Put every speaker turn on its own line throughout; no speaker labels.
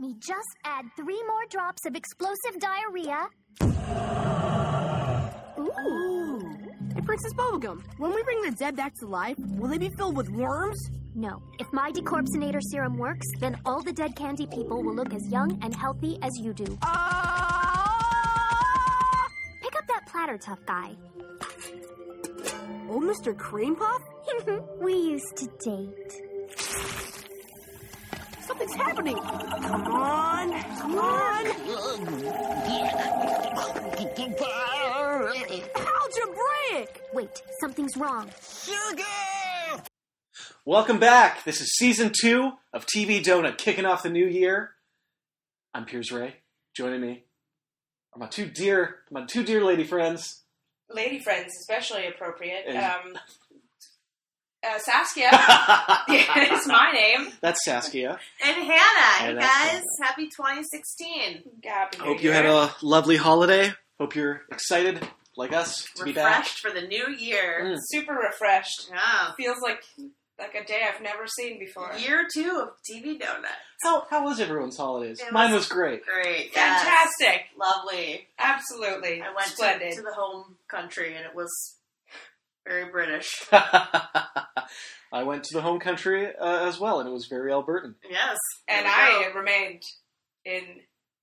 we just add three more drops of explosive diarrhea.
Ooh. Hey, Princess Bubblegum, when we bring the dead back to life, will they be filled with worms?
No, if my decorpsinator serum works, then all the dead candy people will look as young and healthy as you do.
Ah!
Pick up that platter, tough guy.
Old Mr. Cream Puff?
we used to date.
Something's happening. Come on, come on. Algebraic!
Wait, something's wrong.
Welcome back. This is season two of TV Donut kicking off the new year. I'm Piers Ray. Joining me are my two dear, my two dear lady friends.
lady friends, especially appropriate.
And-
Um, uh, Saskia is my name.
That's Saskia.
And Hannah,
And
you
that's
guys,
Hannah.
happy 2016.
Happy New
Hope you
Year.
had a lovely holiday. Hope you're excited, like us, to be back.
Refreshed for the new year.
Mm.
super refreshed.
Yeah.
Feels like like a day I've never seen before.
Year two of TV Donut.
How, how was everyone's holidays?
It
Mine
was-
was great.
Great. yes.
Fantastic,
Lovely.
absolutely
I went
splendid.
to, to the home country and it was very British.
I went to the home country uh, as well, and it was very Albertan.
Yes.
and
There we
I
go.
remained in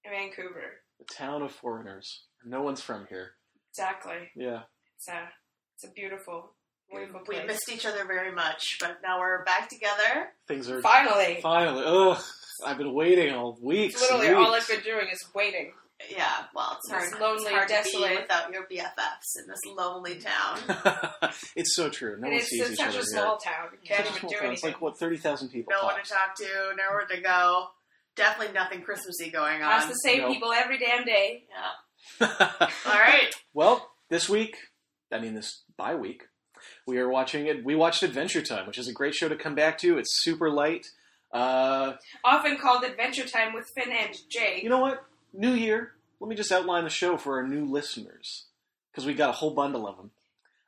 Vancouver.
The town of foreigners. No one's from here.
Exactly.
Yeah.
It's a it's a beautiful, beautiful
We
place.
missed each other very much, but now we're back together.
Things are
Finally,
Finally, ugh! I've been waiting all weeks. and
literally all I've
weeks.
been doing is waiting.
Yeah, well, it's hard,
It's lonely,
it's hard to
desolate. Mm.
be without your BFFs in this lonely town.
it's so true. No
and
one
it's
sees
it's
each
such
other
a
here.
small town. You
Such
can't
a
even
small
do
town. It's
anything.
like what thirty thousand people.
No one
tops.
to talk to, nowhere to go. Definitely nothing Christmassy going
Ask
on.
the same
No.
people every damn day.
Yeah. All right.
well, this week, I mean this bye week, we are watching it. We watched Adventure Time, which is a great show to come back to. It's super light. Uh,
often called Adventure Time with Finn and Jay.
you know what? New year. Let me just outline the show for our new listeners because we got a whole bundle of them.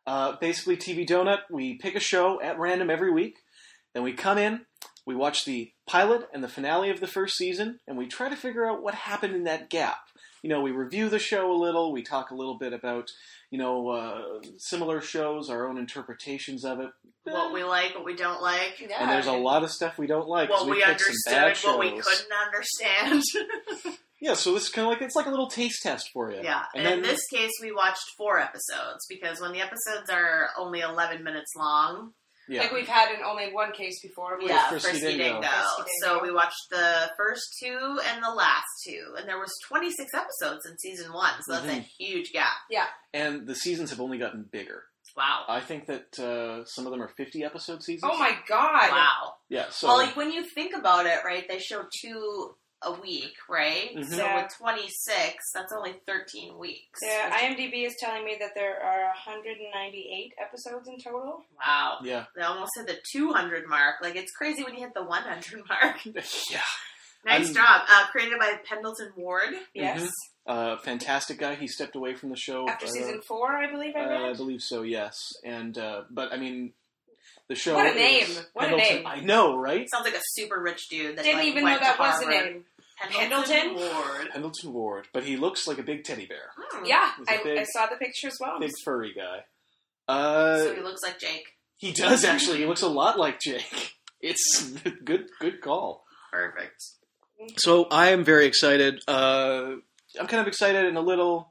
Uh, basically, TV Donut. We pick a show at random every week. Then we come in, we watch the pilot and the finale of the first season, and we try to figure out what happened in that gap. You know, we review the show a little, we talk a little bit about, you know, uh, similar shows, our own interpretations of it.
what we like, what we don't like,
Yeah.
and there's a lot of stuff we don't like. 'cause
what we,
picked some
understood,
bad
what we
shows.
couldn't understand.
Yeah, so this is kind of like it's like a little taste test for you.
yeah. And, in this case, we watched four episodes because when the episodes are only 11 minutes long,
yeah.
Like we've had in only one case before. but-
yeah,
Frisky
Frisky
Dingo.
Dingo.
Frisky Dingo.
So we watched the first two and the last two, and there was 26 episodes in season one, so that's
Mhm.
a huge gap.
and the seasons have only gotten bigger.
Wow.
I think that uh, some of them are 50 episode seasons.
Oh my god!
Wow.
Yeah, so
well, like, when you think about it, right, they show two a week, right?
Mhm.
So
Yeah.
with 26, that's only 13 weeks.
Yeah,
which-
IMDb is telling me that there are 198 episodes in total.
wow.
yeah,
They almost hit the 200 mark. Like, it's crazy when you hit the 100 mark.
yeah,
Nice
I'm-
job. Uh, created by Pendleton Ward.
Mm-hmm.
Yes,
uh, fantastic guy. He stepped away from the show
after
uh,
season four, I believe
uh,
I
I
read.
believe so. Yes, and uh, but I mean, the show.
What a
is
name. What a
Pendleton-
name.
I know, right?
Sounds like a super rich dude that
Didn't
like,
even know
went
that
to
was the
Harvard.
name.
Pendleton Ward.
Pendleton Ward, but he looks like a big teddy bear,
Hmm.
Yeah,
He's a
I,
big-
I saw the picture as well.
big furry guy. Uh,
So he looks like Jake.
he does actually. He looks a lot like Jake. It's good, good call.
Perfect.
So I am very excited. Uh, I'm kind of excited and a little,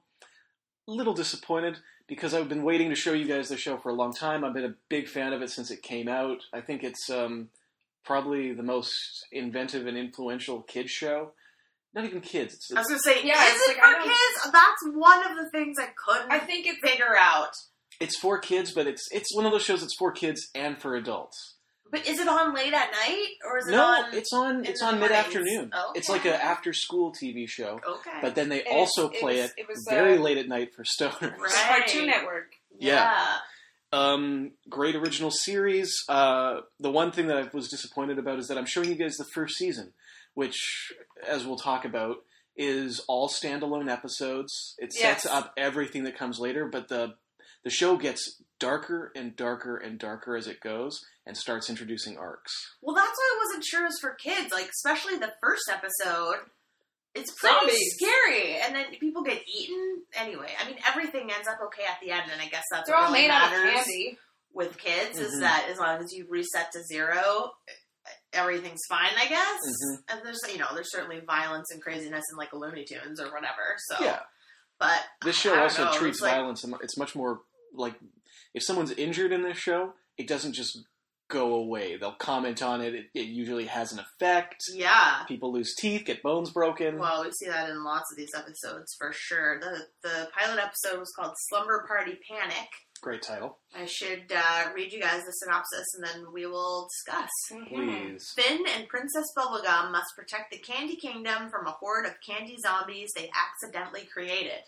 little disappointed because I've been waiting to show you guys the show for a long time. I've been a big fan of it since it came out. I think it's um, probably the most inventive and influential kids show. Not even kids. It's,
I was
it's,
going to say,
Yeah,
yeah,
it's
is it
like, I
for
don't-
kids? That's one of the things I couldn't
I think it's
figure out.
it's for kids, but it's it's one of those shows that's for kids and for adults.
But is it on late at night? Or is it
no,
on...
it's on
in
it's
the
on mid
mornings? Oh,
afternoon. It's like an
Okay.
after school TV show,
Okay.
but then they
It is-
also
it
play
was-
it,
it was,
very
uh,
late at night for stoners.
Right.
Cartoon Network.
yeah. Um, great original series. Uh, the one thing that I was disappointed about is that I'm showing you guys the first season, which, as we'll talk about, is all standalone episodes. It sets
Yes.
up everything that comes later, but the the show gets darker and darker and darker as it goes, and starts introducing arcs.
Well, that's why I wasn't sure it was for kids. Like, especially the first episode It's pretty
Zombies.
scary, and then people get eaten anyway. I mean, everything ends up okay at the end, and I guess that's
They're
what
all
really
made out of
matters
candy.
with kids. Is
Mhm.
that as long as you reset to zero, everything's fine, I guess.
Mhm.
And there's you know there's certainly violence and craziness in like Looney Tunes or whatever. So
Yeah.
but
This
I
show
don't
also
know,
treats
it's like-
violence. and It's much more like if someone's injured in this show, it doesn't just go away. They'll comment on it. It, it usually has an effect.
yeah.
People lose teeth, get bones broken.
Well, we see that in lots of these episodes for sure. The the pilot episode was called Slumber Party Panic.
Great title,
I should uh, read you guys the synopsis and then we will discuss.
Mhm.
please.
Finn and Princess Bubblegum must protect the Candy Kingdom from a horde of candy zombies they accidentally created.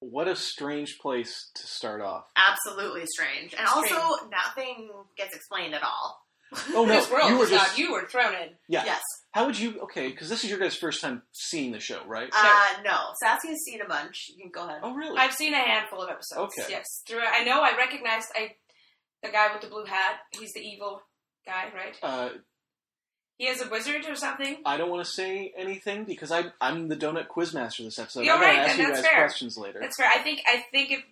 What a strange place to start off.
Absolutely strange. And
Strange.
also, nothing gets explained at all.
Oh no,
this world
you were
is not-
just.
you were thrown in.
Yeah.
Yes.
How would you? Okay, because this is your guys' first time seeing the show, right?
Uh, no. Sassia's seen a bunch. You can go ahead.
oh really?
I've seen a handful of episodes.
Okay.
Yes. Through I know I recognized I the guy with the blue hat. He's the evil guy, right?
Uh,
He is a wizard or something.
I don't want to say anything because I, I'm the donut quiz master this episode.
You're
I'm going
right,
to ask
and
you
that's
guys
fair.
questions later.
That's fair. I think I think if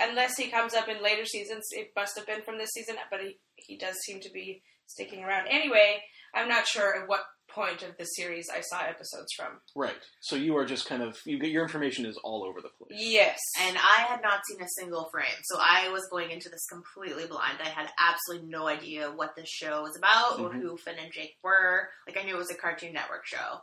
unless he comes up in later seasons, it must have been from this season. But he he does seem to be sticking around. Anyway, I'm not sure at what point of the series I saw episodes from.
Right. So you are just kind of you get your information is all over the place.
Yes.
And I had not seen a single frame, so I was going into this completely blind. I had absolutely no idea what this show was about or
Mhm.
who Finn and Jake were. Like I knew it was a Cartoon Network show,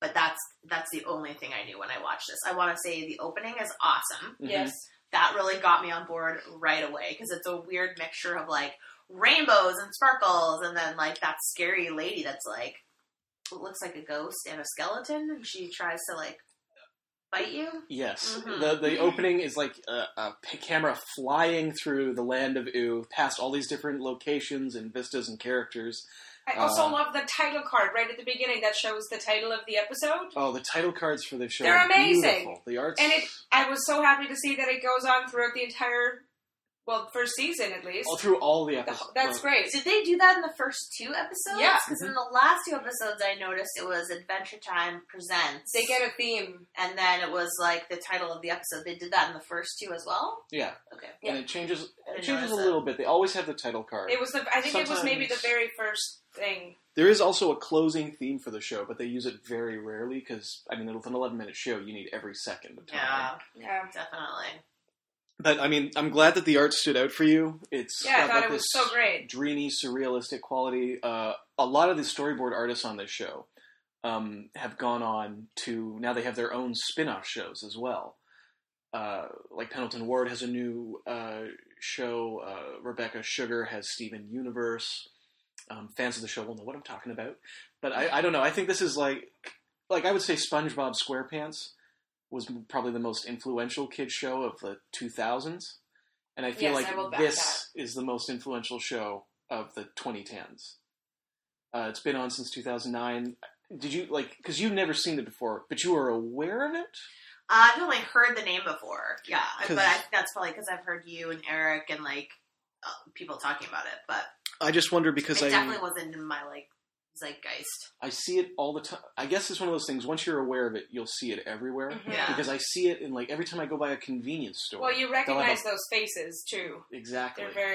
but that's that's the only thing I knew when I watched this. I want to say the opening is awesome.
Mhm.
yes.
That really got me on board right away because it's a weird mixture of like rainbows and sparkles, and then like that scary lady that's like looks like a ghost and a skeleton, and she tries to like bite you.
Yes.
Mm-hmm.
Mhm.
The the opening is like a, a p- camera flying through the land of Ooh, past all these different locations and vistas and characters.
I also
Uh,
love the title card right at the beginning that shows the title of the episode.
Oh, the title cards for this show
They're
are
amazing.
beautiful. The art's
And it- I was so happy to see that it goes on throughout the entire, well, first season at least.
all through all the
The
episodes.
wh- That's great.
Did they do that in the first two episodes?
Yeah.
Because in the last two episodes, I noticed it was Adventure Time Presents.
They get a theme.
and then it was like the title of the episode. They did that in the first two as well.
Yeah.
Okay.
And it changes
I
it changes
noticed
a
that.
little bit. They always have the title card.
It was the. I think it was maybe the
Sometimes-
very first thing.
There is also a closing theme for the show, but they use it very rarely because I mean, it's an eleven-minute show. You need every second of time.
Yeah,
Yeah.
definitely.
But I mean, I'm glad that the art stood out for you. It's
Yeah, I
got,
thought
like,
it was
this
so great.
dreamy, surrealistic quality. Uh, a lot of the storyboard artists on this show um, have gone on to now they have their own spin-off shows as well. Uh, like Pendleton Ward has a new uh, show. Uh, Rebecca Sugar has Steven Universe. Um, fans of the show will know what I'm talking about. But I, I don't know. I think this is like, like I would say, SpongeBob SquarePants was probably the most influential kids show of the 2000s, and I feel
Yes,
like
I will back
this is the most influential show of the 2010s. Uh, it's been on since 2009. Did you like? Because you've never seen it before, but you were aware of it.
Uh, I've only heard the name before. Yeah,
'Cause-
but I, that's probably because I've heard you and Eric and like uh, people talking about it. But
I just wonder because
it definitely wasn't in my like zeitgeist.
I see it all the time. I guess it's one of those things. Once you're aware of it, you'll see it everywhere.
Mhm.
Yeah.
Because I see it in like every time I go by a convenience store.
Well, you
have
recognize
a-
those faces too.
exactly.
They're
They're,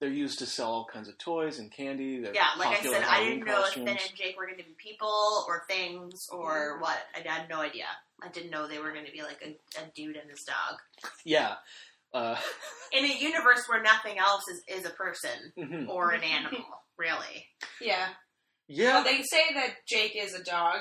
very.
used to sell all kinds of toys and candy. They're
Yeah, like I
popular
said, I
Halloween
didn't know if
costumes.
Finn and Jake were going to be people or things or what. I had no idea. I didn't know they were going to be like a, a dude and his dog
Yeah. Uh,
in a universe where nothing else is, is a person
mhm.
or an animal, really.
Yeah.
Yeah.
Well, they say that Jake is a dog,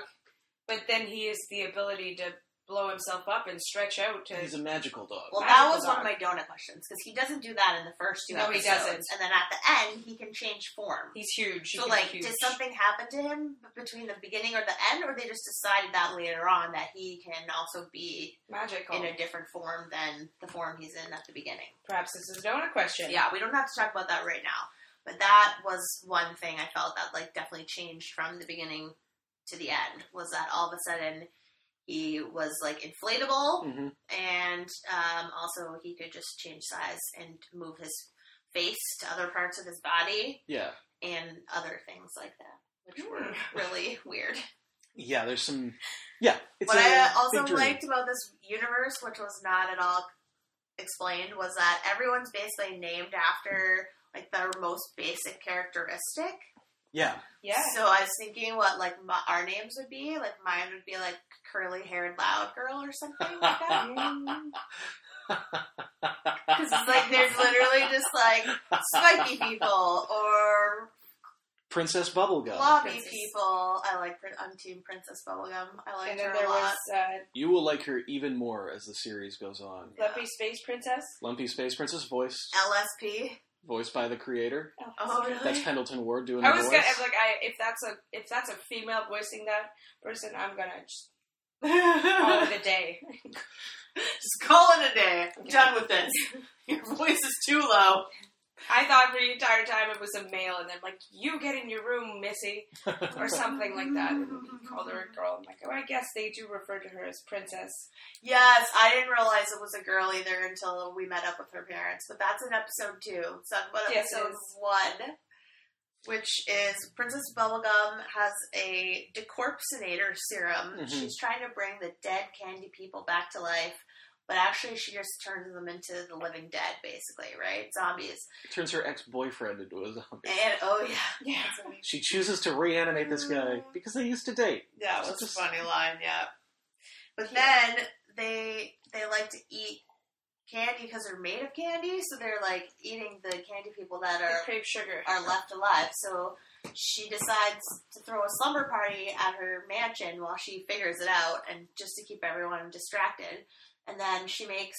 but then he has the ability to blow himself up and stretch out to.
He's a magical dog.
Well, that
Magical
was one of
dog.
my donut questions because he doesn't do that in the first two
No, he
episodes,
doesn't.
and then at the end he can change form.
he's huge. He
so,
can
like,
be huge.
did something happen to him between the beginning or the end, or they just decided that later on that he can also be
magical?
in a different form than the form he's in at the beginning?
Perhaps this is a donut question.
Yeah, we don't have to talk about that right now. But that was one thing I felt that like definitely changed from the beginning to the end was that all of a sudden he was like inflatable
Mhm.
and um, also he could just change size and move his face to other parts of his body
Yeah.
and other things like that, which were
Hmm.
really weird.
Yeah, there's some. Yeah, it's
what
a
I
big
also
journey.
liked about this universe, which was not at all explained, was that everyone's basically named after like their most basic characteristic.
Yeah,
Yeah.
So I was thinking what like my, our names would be. Like mine would be like curly haired loud girl or something like that. Because it's like there's literally just like spiky people or
Princess Bubblegum.
blobby
Princess.
people. I like Prin- I'm Team Princess Bubblegum. I like
and then
her
there
a lot.
was uh,
You will like her even more as the series goes on.
Lumpy Space Princess.
Lumpy Space Princess voice,
LSP.
voiced by the creator.
Oh,
sorry.
really?
That's Pendleton Ward doing
I
the
was
voice.
gonna I'm like I if that's a if that's a female voicing that person, I'm gonna just call
Oh.
it a day.
Just call it a day. I'm done with this. Your voice is too low.
I thought for the entire time it was a male, and then like you get in your room, Missy, or something like that. And he called her a girl. I'm like, oh, I guess they do refer to her as princess.
Yes, I didn't realize it was a girl either until we met up with her parents. But that's in episode two. So I'm on
Yes, it
episode
is.
one, which is Princess Bubblegum has a decorpsinator serum.
Mhm.
She's trying to bring the dead candy people back to life. But actually, she just turns them into the living dead, basically, right? Zombies.
Turns her ex boyfriend into a zombie.
And oh yeah,
Yeah.
She chooses to reanimate this guy because they used to date.
that
So
was a
just-
funny line. Yeah. But then they they like to eat candy because they're made of candy, so they're like eating the candy people that
They
are
crave sugar.
are left alive. So she decides to throw a slumber party at her mansion while she figures it out and just to keep everyone distracted. And then she makes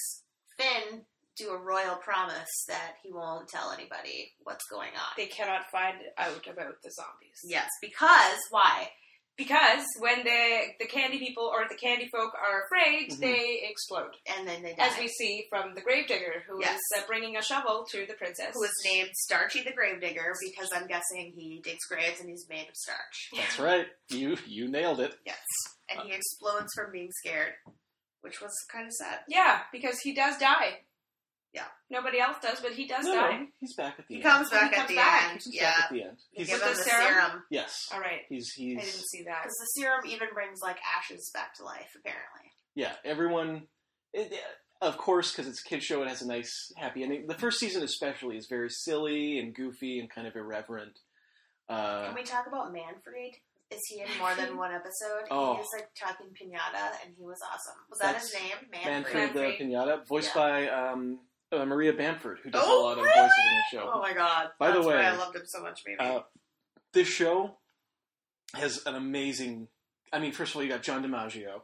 Finn do a royal promise that he won't tell anybody what's going on.
They cannot find out about the zombies.
Yes, because why?
Because when the the candy people or the candy folk are afraid,
Mhm.
they explode.
And then they die.
As we see from the gravedigger, who is
Yes.
uh, bringing a shovel to the princess.
who is named Starchy the Gravedigger because I'm guessing he digs graves and he's made of starch.
That's right. You you nailed it.
Yes. And he explodes from being scared, which was kind of sad.
Yeah, because he does die.
Yeah.
Nobody else does, but he does
No,
die.
no, he's back at the
He
end.
comes
He
back at
comes
the
back.
end.
He's
yeah.
back at the end.
They
He's
give
With
him
the
the
serum?
serum.
yes.
All right.
He's
I didn't
he's
see that.
Because the serum even brings like ashes back to life, apparently.
yeah. Everyone, it, yeah, of course, because it's a kid show. It has a nice happy ending. The first season especially is very silly and goofy and kind of irreverent. Uh,
Can we talk about Manfred? Is he in more than one episode?
Oh.
He was like talking pinata and he was awesome. Was that his
That's
name? Manfred.
Manfred the
Manfred.
Pinata, voiced by um, uh, Maria Bamford, who does a
Oh,
lot of
really?
voices in the show.
Oh my god.
By the
That's
way,
why I loved him so much, maybe.
Uh, this show has an amazing. I mean, first of all, you got John DiMaggio,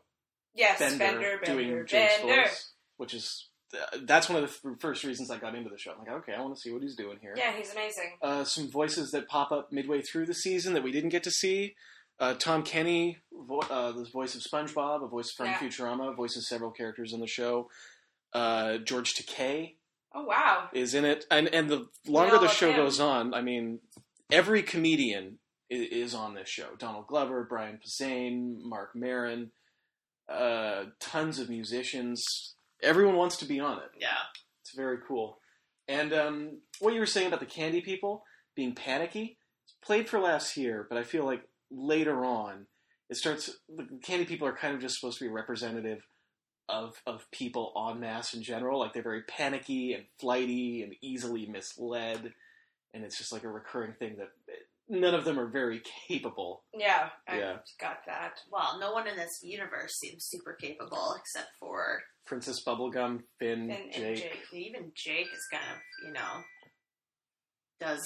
Yes,
Bender,
Bender, Bender,
doing
Bender.
Jake's voice, which is uh, that's one of the f- first reasons I got into the show. I'm like, okay, I want to see what he's doing here.
Yeah, he's amazing.
Uh, some voices that pop up midway through the season that we didn't get to see. Uh, Tom Kenny, vo- uh, the voice of SpongeBob, a voice from
Yeah.
Futurama, voices several characters in the show. Uh, George Takei,
Oh wow.
is in it, and and the longer the
love
show
him.
goes on, I mean, every comedian is, is on this show: Donald Glover, Brian Posehn, Mark Maron, uh, tons of musicians. Everyone wants to be on it.
yeah.
It's very cool. And um, what you were saying about the candy people being panicky, it's played for last year, but I feel like later on it starts. The candy people are kind of just supposed to be representative of of people en masse in general. Like they're very panicky and flighty and easily misled, and it's just like a recurring thing that none of them are very capable.
Yeah, I
Yeah.
got that.
Well, no one in this universe seems super capable except for
Princess Bubblegum, Finn,
And, and
Jake.
Jake.
even Jake is kind of, you know, does,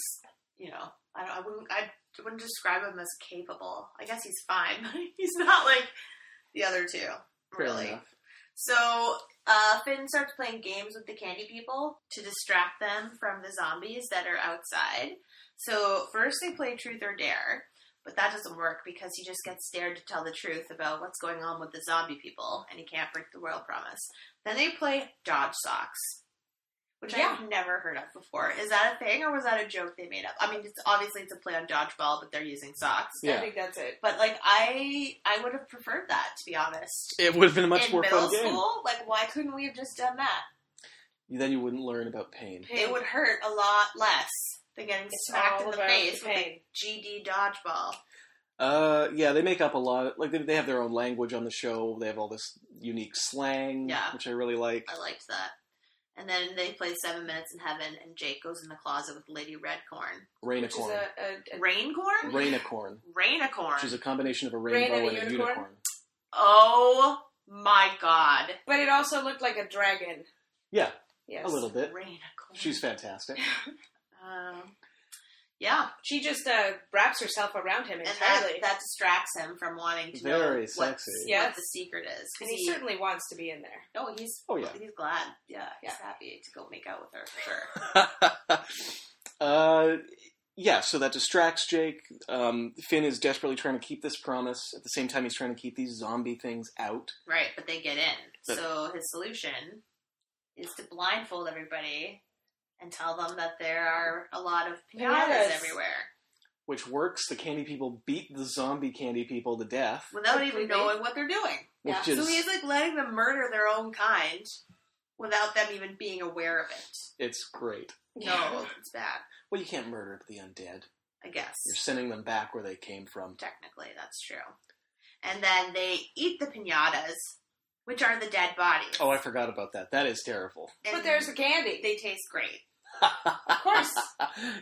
you know, I don't, I wouldn't, I wouldn't describe him as capable. I guess he's fine, but he's not like the other two,
Fair
really.
enough.
So uh, Finn starts playing games with the candy people to distract them from the zombies that are outside. So first they play Truth or Dare, but that doesn't work because he just gets dared to tell the truth about what's going on with the zombie people, and he can't break the royal promise. Then they play Dodge Socks, which I've never heard of before. Is that a thing, or was that a joke they made up? I mean, it's obviously it's a play on dodgeball, but they're using socks.
I
Yeah.
think that's it.
But like I, I would have preferred that to be honest
It would have been a much
in
more
middle
fun game.
school? Like, why couldn't we have just done that?
Then you wouldn't learn about pain.
It would hurt a lot less than getting
It's
smacked
all
in the
about
face
the pain.
with a GD dodgeball.
Uh, yeah, they make up a lot. Like they, they have their own language on the show. They have all this unique slang,
Yeah.
which I really like.
I liked that. And then they played Seven Minutes in Heaven, and Jake goes in the closet with Lady Redcorn.
Which is
Rainicorn.
a, a, a
Raincorn?
Rainicorn.
Rainicorn.
She's a combination of a
Rain
rainbow and a
and a
unicorn.
unicorn?
oh my god.
but it also looked like a dragon.
Yeah,
Yes,
a little bit. Uh,
Rainicorn.
She's fantastic.
Um, yeah.
She just uh, wraps herself around him
And that,
entirely,
that distracts him from wanting to
Very
know what's-
sexy.
what
Yes.
the secret is. 'Cause
and he
he-
certainly wants to be in there.
oh, he's
Oh, yeah.
he's glad. Yeah, he's
Yeah.
happy to go make out with her for sure.
uh, yeah, so that distracts Jake. Um, Finn is desperately trying to keep this promise. At the same time, he's trying to keep these zombie things out.
Right, but they get in.
But-
so his solution is to blindfold everybody and tell them that there are a lot of pinatas,
Pinatas.
everywhere
which works. The candy people beat the zombie candy people to death,
without even
Completely.
knowing what they're doing.
Yeah.
which
So
is
he's like letting them murder their own kind without them even being aware of it.
it's great.
No, it's bad.
Well, you can't murder the undead.
I guess
You're sending them back where they came from.
technically that's true. And then they eat the pinatas, which are the dead bodies.
Oh, I forgot about that. That is terrible.
And
but there's the candy.
they taste great.
of course,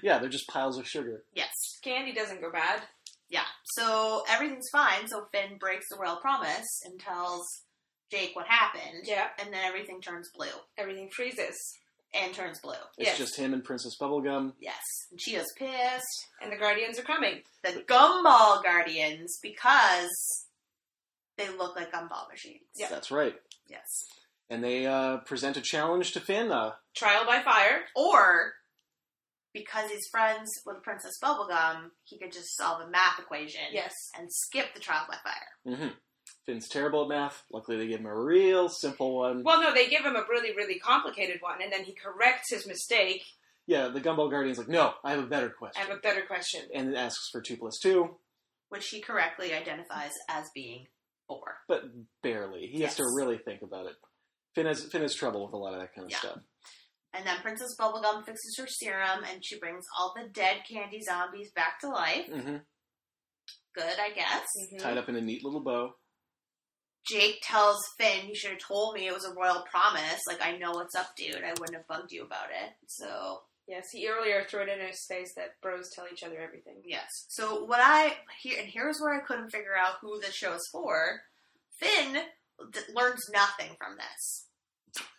yeah, they're just piles of sugar.
Yes.
candy doesn't go bad.
Yeah. So everything's fine. So Finn breaks the royal promise and tells Jake what happened.
Yeah,
And then everything turns blue.
everything freezes,
And turns blue.
It's
Yes.
just him and Princess Bubblegum.
Yes. And she is pissed.
and the guardians are coming.
The gumball guardians because they look like gumball machines.
Yeah.
That's right.
Yes.
And they uh, present a challenge to Finn. Uh,
Trial by fire.
Or because he's friends with Princess Bubblegum, he could just solve a math equation
Yes,
and skip the trial by fire.
hmm Finn's terrible at math. Luckily, they give him a real simple one.
Well, no, they give him a really, really complicated one, and then he corrects his mistake.
Yeah, the Gumball Guardian's like, no, I have a better
I
question.
have a better question.
And it asks for 2 plus 2,
Which he correctly identifies as being four.
but barely. He has to
Yes.
really think about it. Finn has, Finn has trouble with a lot of that kind of
Yeah.
stuff.
And then Princess Bubblegum fixes her serum and she brings all the dead candy zombies back to life.
hmm
Good, I guess.
Mhm.
Tied up in a neat little bow.
Jake tells Finn, You should have told me it was a royal promise. Like, I know what's up, dude. I wouldn't have bugged you about it. So,
Yes, he earlier threw it in his face that bros tell each other everything.
yes. So, what I, here, and here's where I couldn't figure out who the show is for Finn d- learns nothing from this.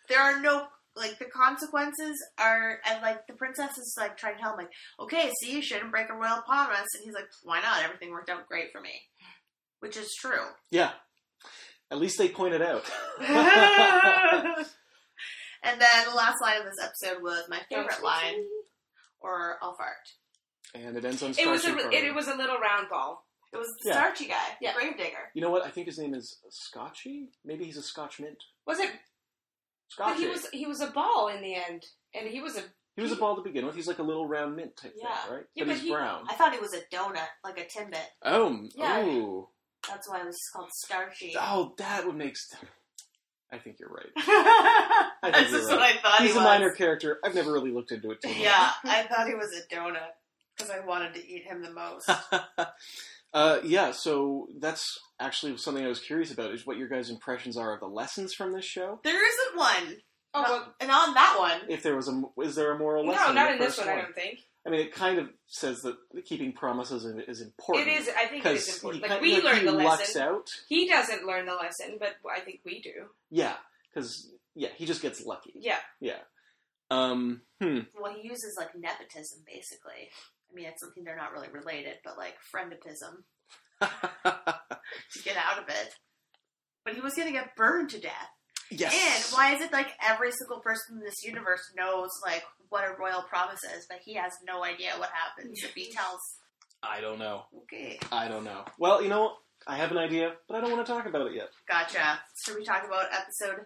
There are no, like, the consequences are, and, like, the princess is, like, trying to tell him, like, okay, see, you shouldn't break a royal promise. And he's like, why not? Everything worked out great for me. Which is true.
Yeah. At least they point it out.
and then the last line of this episode was my favorite line, or I'll fart.
and it ends on
It was a
Starshield Cargo.
it, it was a little round ball.
It was the
Yeah.
starchy guy,
Yeah.
Gravedigger.
You know what? I think his name is Scotchy? Maybe he's a Scotch mint.
Was it? But
Scotchy.
he was he was a ball in the end, and he was a
a ball to begin with. He's like a little round mint type
Yeah.
thing, right?
Yeah,
but,
but
he's
he-
brown.
I thought it was a donut, like a Timbit.
Oh,
Yeah.
ooh.
That's why it was called starchy.
Oh, that would make sense. I think you're right. I think
That's
you're
just
right.
what I thought.
He's
he
a
was.
minor character. I've never really looked into it too much.
Yeah, I thought he was a donut because I wanted to eat him the most.
Uh, yeah, so that's actually something I was curious about is what your guys' impressions are of the lessons from this show.
there isn't one.
oh well,
and on that one,
If there was a, is there a moral
no,
lesson?
not
the
in this
first
one, I don't think.
I mean, it kind of says that keeping promises is, is important.
It is. I think it is
because
important.
he
Like
kind-
we
like,
learn
he
the
lucks
lesson.
out.
He doesn't learn the lesson, but I think we do.
Yeah, because yeah, he just gets lucky.
Yeah.
Um, hmm.
well, he uses like nepotism basically. I mean, it's something they're not really related, but like frienditism. to get out of it. But he was going to get burned to death.
yes.
And why is it like every single person in this universe knows like what a royal promise is, but he has no idea what happens if he tells?
I don't know.
Okay,
I don't know. Well, you know, what? I have an idea, but I don't want to talk about it yet.
gotcha. Should we talk about episode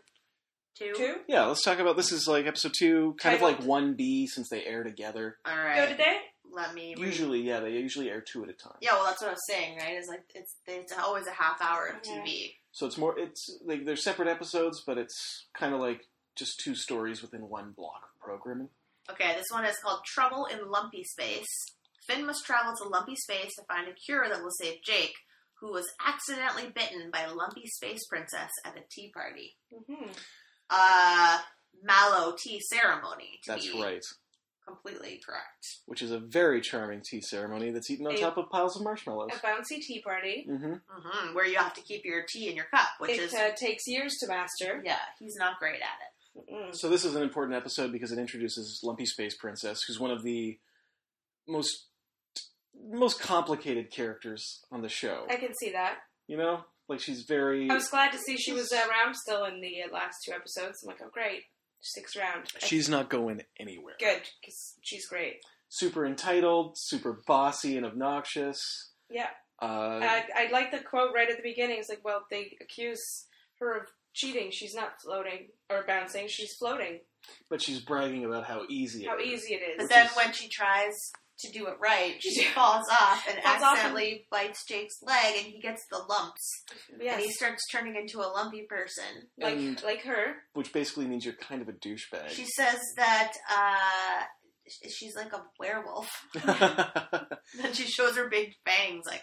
two?
Two.
Yeah, let's talk about this. Is like episode two, kind of like
Titled-
one B since they air together.
All
Go
right.
today.
Let me. read-
Usually, yeah, they usually air two at a time.
Yeah, well, that's what I was saying, right? It's like it's it's always a half hour of TV.
So it's more. It's like they're separate episodes, but it's kind of like just two stories within one block of programming.
Okay, this one is called Trouble in Lumpy Space. Finn must travel to Lumpy Space to find a cure that will save Jake, who was accidentally bitten by Lumpy Space Princess at a tea party.
Mhm.
Uh, mallow tea ceremony. To
That's
be
right.
Completely correct.
Which is a very charming tea ceremony that's eaten on
They-
top of piles of marshmallows.
A bouncy tea party.
hmm
hmm where you have to keep your tea in your cup, which
it
is
uh, takes years to master.
yeah, he's not great at it.
Mm-mm.
So this is an important episode because it introduces Lumpy Space Princess, who's one of the most most complicated characters on the show.
I can see that.
You know, like she's very
I was glad to see she was around still in the uh, last two episodes. I'm like, oh great, sixth round.
she's not going anywhere.
good because she's great.
Super entitled, super bossy and obnoxious.
Yeah,
Uh,
I, I like the quote right at the beginning. It's like, well, they accuse her of cheating. She's not floating or bouncing. She's floating.
but she's bragging about how easy.
How
it is.
easy it
But
is.
Which
then
is-
when she tries to do it right, she
Yeah.
falls off and
Falls off and-
accidentally bites Jake's leg, and he gets the lumps, and he
Yes,
starts turning into a lumpy person.
like
And-
like her.
Which basically means you're kind of a douchebag.
She says that uh, sh- she's like a werewolf. Then she shows her big fangs, like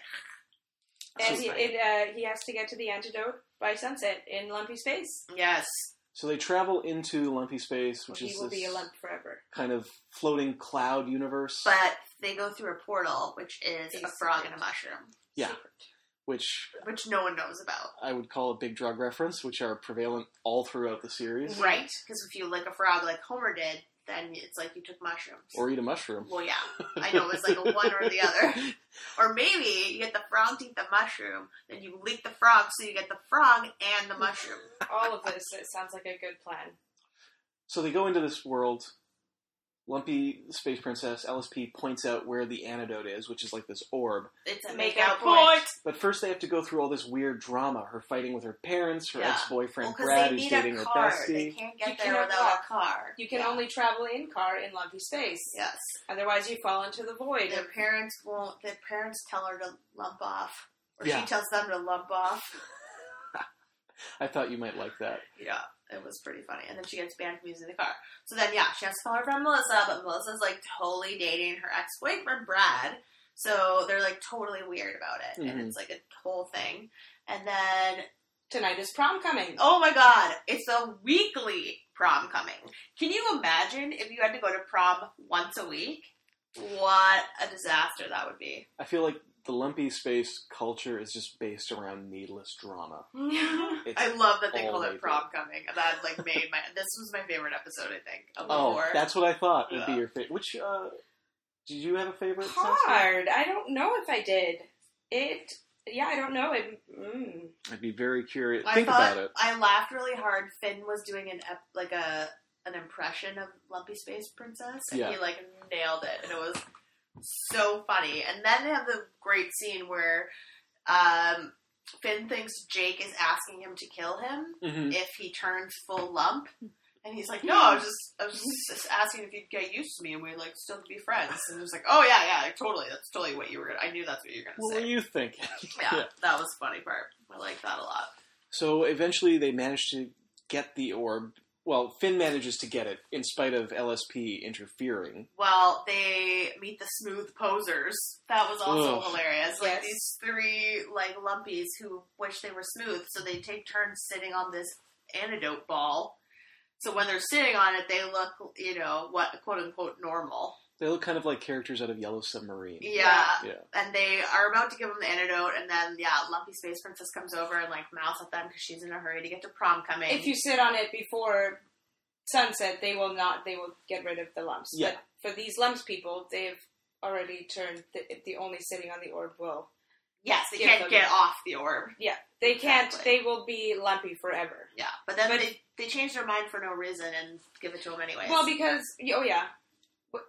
And
She's
he,
fine.
it, uh, he has to get to the antidote by sunset in lumpy space.
yes,
so they travel into Lumpy Space, which
he
is
will
this
be a lump forever.
kind of floating cloud universe.
but they go through a portal, which is a
Is-
frog and a mushroom,
yeah,
Secret.
which
which no one knows about.
I would call a big drug reference, which are prevalent all throughout the series.
Right, because if you lick a frog like Homer did, then it's like you took mushrooms.
Or eat a mushroom.
well, yeah, I know it's like a one or the other. Or maybe you get the frog to eat the mushroom, then you lick the frog, so you get the frog and the mushroom.
All of this it sounds like a good plan.
So they go into this world. Lumpy Space Princess LSP points out where the antidote is, which is like this orb.
It's a
Make
make
out
out
point.
point.
But first, they have to go through all this weird drama: her fighting with her parents, her
Yeah.
ex-boyfriend
because
Brad,
they
who's
need
dating
a
her
car. They
bestie.
can't get
You
there
cannot
without
walk.
a car.
You can
Yeah.
only travel in car in lumpy space.
Yes.
Otherwise, you fall into the void.
Their parents won't. Their parents tell her to lump off, or
Yeah.
she tells them to lump off.
I thought you might like that.
Yeah, it was pretty funny. And then she gets banned from using the car. So then, yeah, she has to call her friend Melissa, but Melissa's like totally dating her ex boyfriend Brad. So they're like totally weird about it, and
Mhm.
it's like a whole thing. And then,
Tonight is prom coming.
oh my god, it's a weekly prom coming. Can you imagine if you had to go to prom once a week? What a disaster that would be.
I feel like the lumpy space culture is just based around needless drama. It's,
I love that they
all
called
they
it prom coming. That like made my this was my favorite episode I think of the
oh,
four.
that's what I thought would be
Yeah.
your favorite. Which uh, did you have a favorite? Saskia?
Hard. I don't know if I did. It. Yeah, I don't know. It. Mm.
I'd be very curious.
I
Think
thought
about it.
I laughed really hard. Finn was doing an ep- like a an impression of Lumpy Space Princess, and
Yeah.
he like nailed it, and it was so funny. And then they have the great scene where um, Finn thinks Jake is asking him to kill him
Mhm.
if he turns full lump. And he's like, no, I was just, I was just asking if you'd get used to me, and we'd like still be friends. And he's like, oh yeah, yeah, like, totally, that's totally what you were. gonna I knew that's what you were gonna
What
say.
were you thinking?
yeah,
yeah.
that was the funny part. I like that a lot.
So eventually, they manage to get the orb. Well, Finn manages to get it in spite of LSP interfering.
Well, they meet the smooth posers. That was also
Ugh.
hilarious. Like
Yes.
these three like lumpies who wish they were smooth, so they take turns sitting on this antidote ball. So when they're sitting on it, they look, you know, what quote unquote normal.
They look kind of like characters out of Yellow Submarine.
Yeah.
Yeah.
And they are about to give them the antidote, and then yeah, Lumpy Space Princess comes over and like mouths at them because she's in a hurry to get to prom coming.
If you sit on it before sunset, they will not. They will get rid of the lumps.
Yeah.
But for these lumps people, they've already turned. The, the only sitting on the orb will.
yes, they
give
can't
them-
get off the orb.
Yeah. They can't.
Exactly.
They will be lumpy forever.
Yeah, but then
But-
they they change their mind for no reason and give it to them anyway.
Well, because oh yeah,
I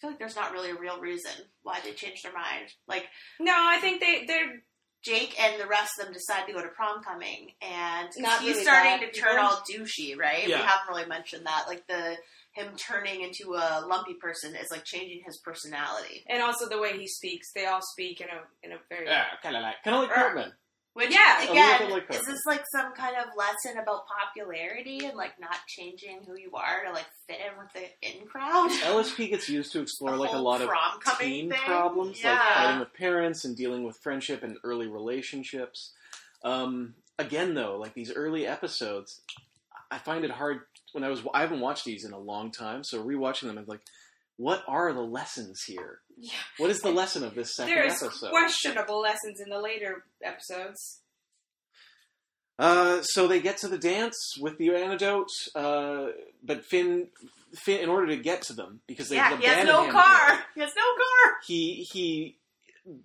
feel like there's not really a real reason why they changed their mind. Like
no, I think they they're
Jake and the rest of them decide to go to prom coming, and 'cause
Not
he's
really
starting
bad
to turn
people.
all douchey, right?
Yeah.
We haven't really mentioned that. Like the him turning into a lumpy person is like changing his personality.
and also the way he speaks. They all speak in a in a very
kind of like kind of like
Err.
Cartman.
Which
Yeah.
A little bit
again,
like
is this like some kind of lesson about popularity and like not changing who you are to like fit in with the in crowd?
LSP gets used to explore
The
like a
whole
lot of
prom coming
teen
thing?
problems, like
Yeah.
fighting with parents and dealing with friendship and early relationships. Um, again, though, like these early episodes, I find it hard when I was I haven't watched these in a long time, so rewatching them, I'm like, what are the lessons here?
Yeah.
What is the lesson of this second
There's
episode?
questionable lessons in the later episodes.
Uh, so they get to the dance with the antidote, uh, but Finn, Finn, in order to get to them, because they
yeah,
abandoned
he has no
him
car.
here,
He has no car.
he he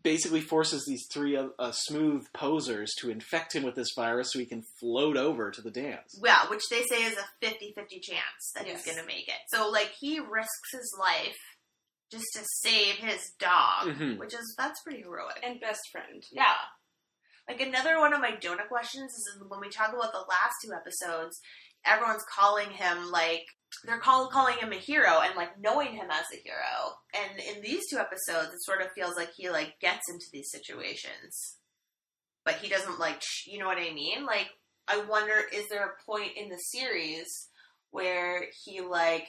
basically forces these three uh, uh, smooth posers to infect him with this virus so he can float over to the dance.
Yeah, which they say is a 50-50 chance that
Yes.
he's going to make it. So like he risks his life just to save his dog,
Mhm.
which is that's pretty heroic.
and best friend.
Yeah. Like another one of my donut questions is when we talk about the last two episodes, everyone's calling him like they're call, calling him a hero and like knowing him as a hero. And in these two episodes, it sort of feels like he like gets into these situations, but he doesn't like sh- you know what I mean. Like I wonder, is there a point in the series where he like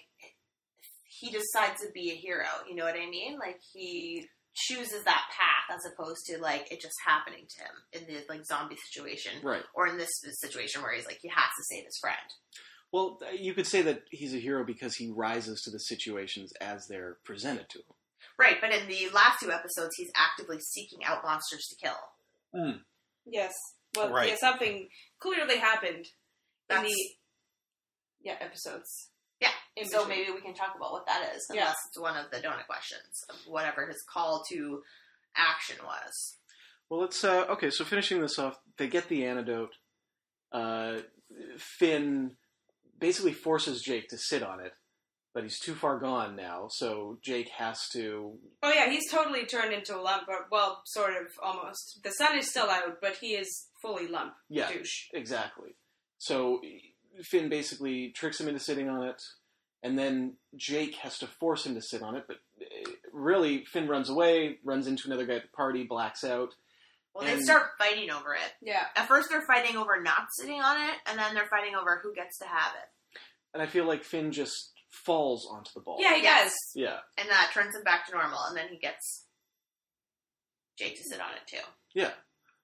he decides to be a hero? You know what I mean? Like he chooses that path as opposed to like it just happening to him in the like zombie situation
Right.
or in this situation where he's like he has to save his friend.
Well, th- you could say that he's a hero because he rises to the situations as they're presented to him.
Right, but in the last two episodes he's actively seeking out monsters to kill.
Yes. Well,
Right.
yeah, something clearly happened in
That's-
the yeah episodes.
Yeah.
In
so
between.
maybe we can talk about what that is
Yeah.
unless it's one of the donut questions of whatever his call to action was.
Well, let's uh, okay. So finishing this off, they get the antidote. Uh, Finn basically forces Jake to sit on it, but he's too far gone now, so Jake has to.
Oh yeah, he's totally turned into a lump. Or, well, sort of, almost. The sun is still out, but he is fully lump
Yeah,
douche.
Exactly. So Finn basically tricks him into sitting on it, and then Jake has to force him to sit on it. But uh, really, Finn runs away, runs into another guy at the party, blacks out.
Well,
And-
they start fighting over it.
Yeah.
At first, they're fighting over not sitting on it, and then they're fighting over who gets to have it.
And I feel like Finn just falls onto the ball.
Yeah, he
Yes.
does.
Yeah.
And that turns him back to normal, and then he gets Jake to sit on it too.
Yeah.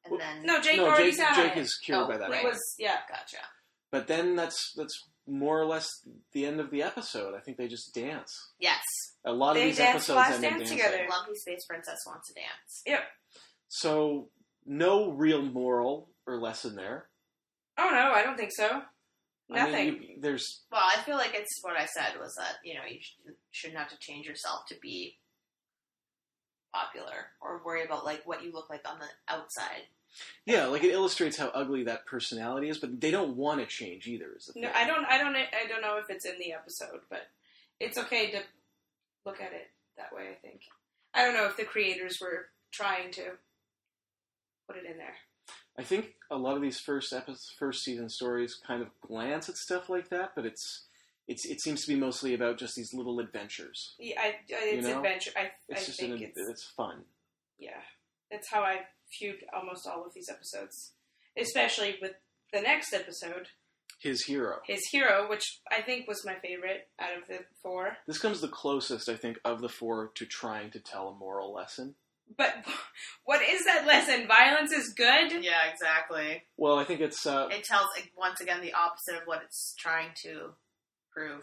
And
Well,
then
No, Jake
no,
already
Jake,
sat on
Jake
it.
is cured
Oh,
by that.
right.
It
point.
was yeah.
gotcha.
But then that's that's more or less the end of the episode. I think they just dance.
Yes,
A lot of
They
these
dance
episodes
last
end in
dance
dancing.
together.
Lumpy Space Princess wants to dance.
So no real moral or lesson there.
Oh no, I don't think so. Nothing.
I mean, you- there's
Well, I feel like it's what I said was that you know you sh- shouldn't have to change yourself to be popular or worry about like what you look like on the outside.
yeah, like it illustrates how ugly that personality is, but they don't want to change either. Is the
no,
thing.
I don't. I don't. I don't know if it's in the episode, but it's okay to look at it that way. I think. I don't know if the creators were trying to put it in there.
I think a lot of these first episodes, first season stories kind of glance at stuff like that, but it's it's it seems to be mostly about just these little adventures.
Yeah, I, I- it's
You know?
adventure. I,
It's
I
just
think
an,
it's
it's fun.
yeah. That's how I viewed almost all of these episodes, especially with the next episode,
His hero.
his hero, which I think was my favorite out of the four.
This comes the closest, I think, of the four to trying to tell a moral lesson.
But what is that lesson? Violence is good.
Yeah, exactly.
Well, I think it's uh,
It tells like, once again the opposite of what it's trying to prove.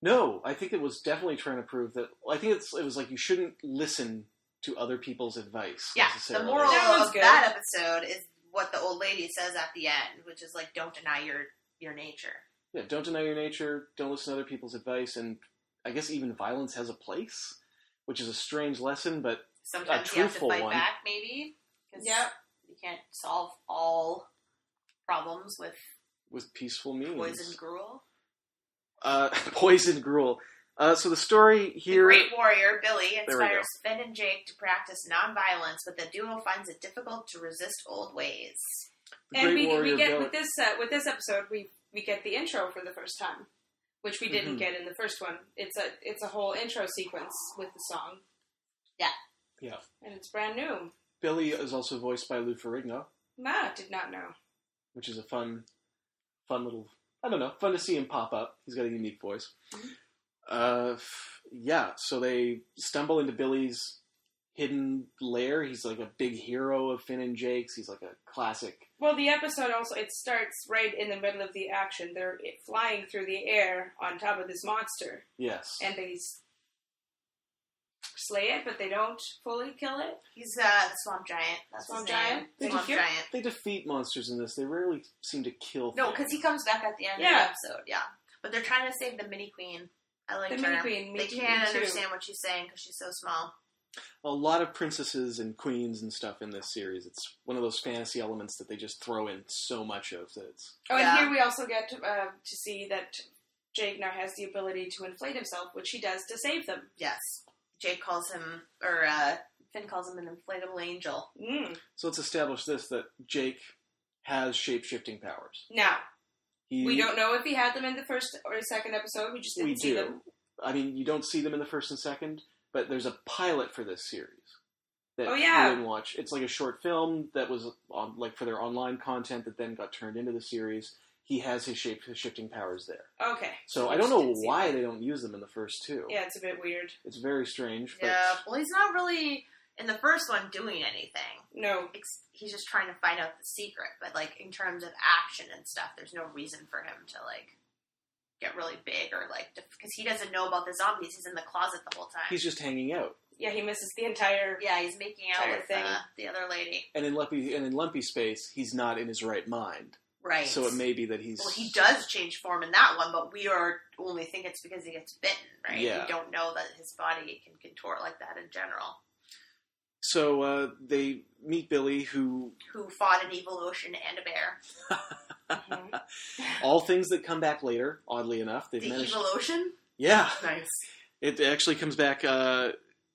no. I think it was definitely trying to prove that. I think it's it was like you shouldn't listen to other people's advice.
Yeah, the
necessarily.
moral
That was
of
good.
that episode is what the old lady says at the end, which is like, don't deny your your nature.
Yeah, don't deny your nature. Don't listen to other people's advice, and I guess even violence has a place, which is a strange lesson. But
Sometimes
A
you have to
truthful
fight
one.
back, maybe. 'cause
Yep.
you can't solve all problems with
with peaceful means,
poison gruel.
uh, poison gruel. Uh, so the story here,
The great warrior Billy
we go.
inspires Finn and Jake to practice nonviolence, but the duo finds it difficult to resist old ways.
the
And
great
we,
warrior
we get
Bill-
with this uh, with this episode we we get the intro for the first time, which we didn't
Mhm.
get in the first one. It's a it's a whole intro sequence with the song.
Yeah.
Yeah.
And it's brand new.
Billy is also voiced by Lou Ferrigno.
Nah, did not know.
which is a fun, fun little. I don't know, fun to see him pop up. He's got a unique voice.
Mm-hmm.
Uh, f- yeah, so they stumble into Billy's hidden lair. He's like a big hero of Finn and Jake's. He's like a classic.
Well, the episode also it starts right in the middle of the action. They're flying through the air on top of this monster,
Yes.
and they s- slay it, but they don't fully kill it.
He's uh, the swamp giant. That's
Swamp
his name.
Giant? Did
Swamp
you hear-
giant.
they defeat monsters in this. They rarely seem to kill.
No,
things.
because he comes back at the end
Yeah.
of the episode. Yeah, but they're trying to save the mini queen. I like
The
her.
mini queen, me
They
too, me
can't
too.
understand what she's saying because she's so small.
a lot of princesses and queens and stuff in this series. It's one of those fantasy elements that they just throw in so much of that it's
Oh, and
Yeah.
here we also get uh, to see that Jake now has the ability to inflate himself, which he does to save them.
Yes, Jake calls him, or uh, Finn calls him an inflatable angel.
Mm.
so let's establish this that Jake has shape shifting powers.
Now
He,
we don't know if he had them in the first or second episode. We just didn't
we
see
do.
them.
I mean, you don't see them in the first and second, but there's a pilot for this series that
Oh, yeah.
we didn't watch. It's like a short film that was on, like for their online content that then got turned into the series. He has his shape shifting powers there,
Okay,
so
we
I don't
just
know
didn't see
why
them.
they don't use them in the first two.
Yeah, it's a bit weird.
It's very strange, but
Yeah, well, he's not really in the first one doing anything.
No,
Ex- He's just trying to find out the secret. But like in terms of action and stuff, there's no reason for him to like get really big or like because he doesn't know about the zombies. He's in the closet the whole time.
he's just hanging out.
yeah, he misses the entire.
yeah, he's making out
Entire
with
thing.
Uh, the other lady.
and in lumpy and in lumpy space, he's not in his right mind.
Right.
So it may be that he's
Well, he does change form in that one, but we are only think it's because he gets bitten, right?
Yeah.
We don't know that his body can contort like that in general.
So uh, they meet Billy, who
Who fought an evil ocean and a bear?
Mhm.
all things that come back later. Oddly enough, they've
the
managed.
evil ocean.
Yeah,
Nice.
it actually comes back. Uh,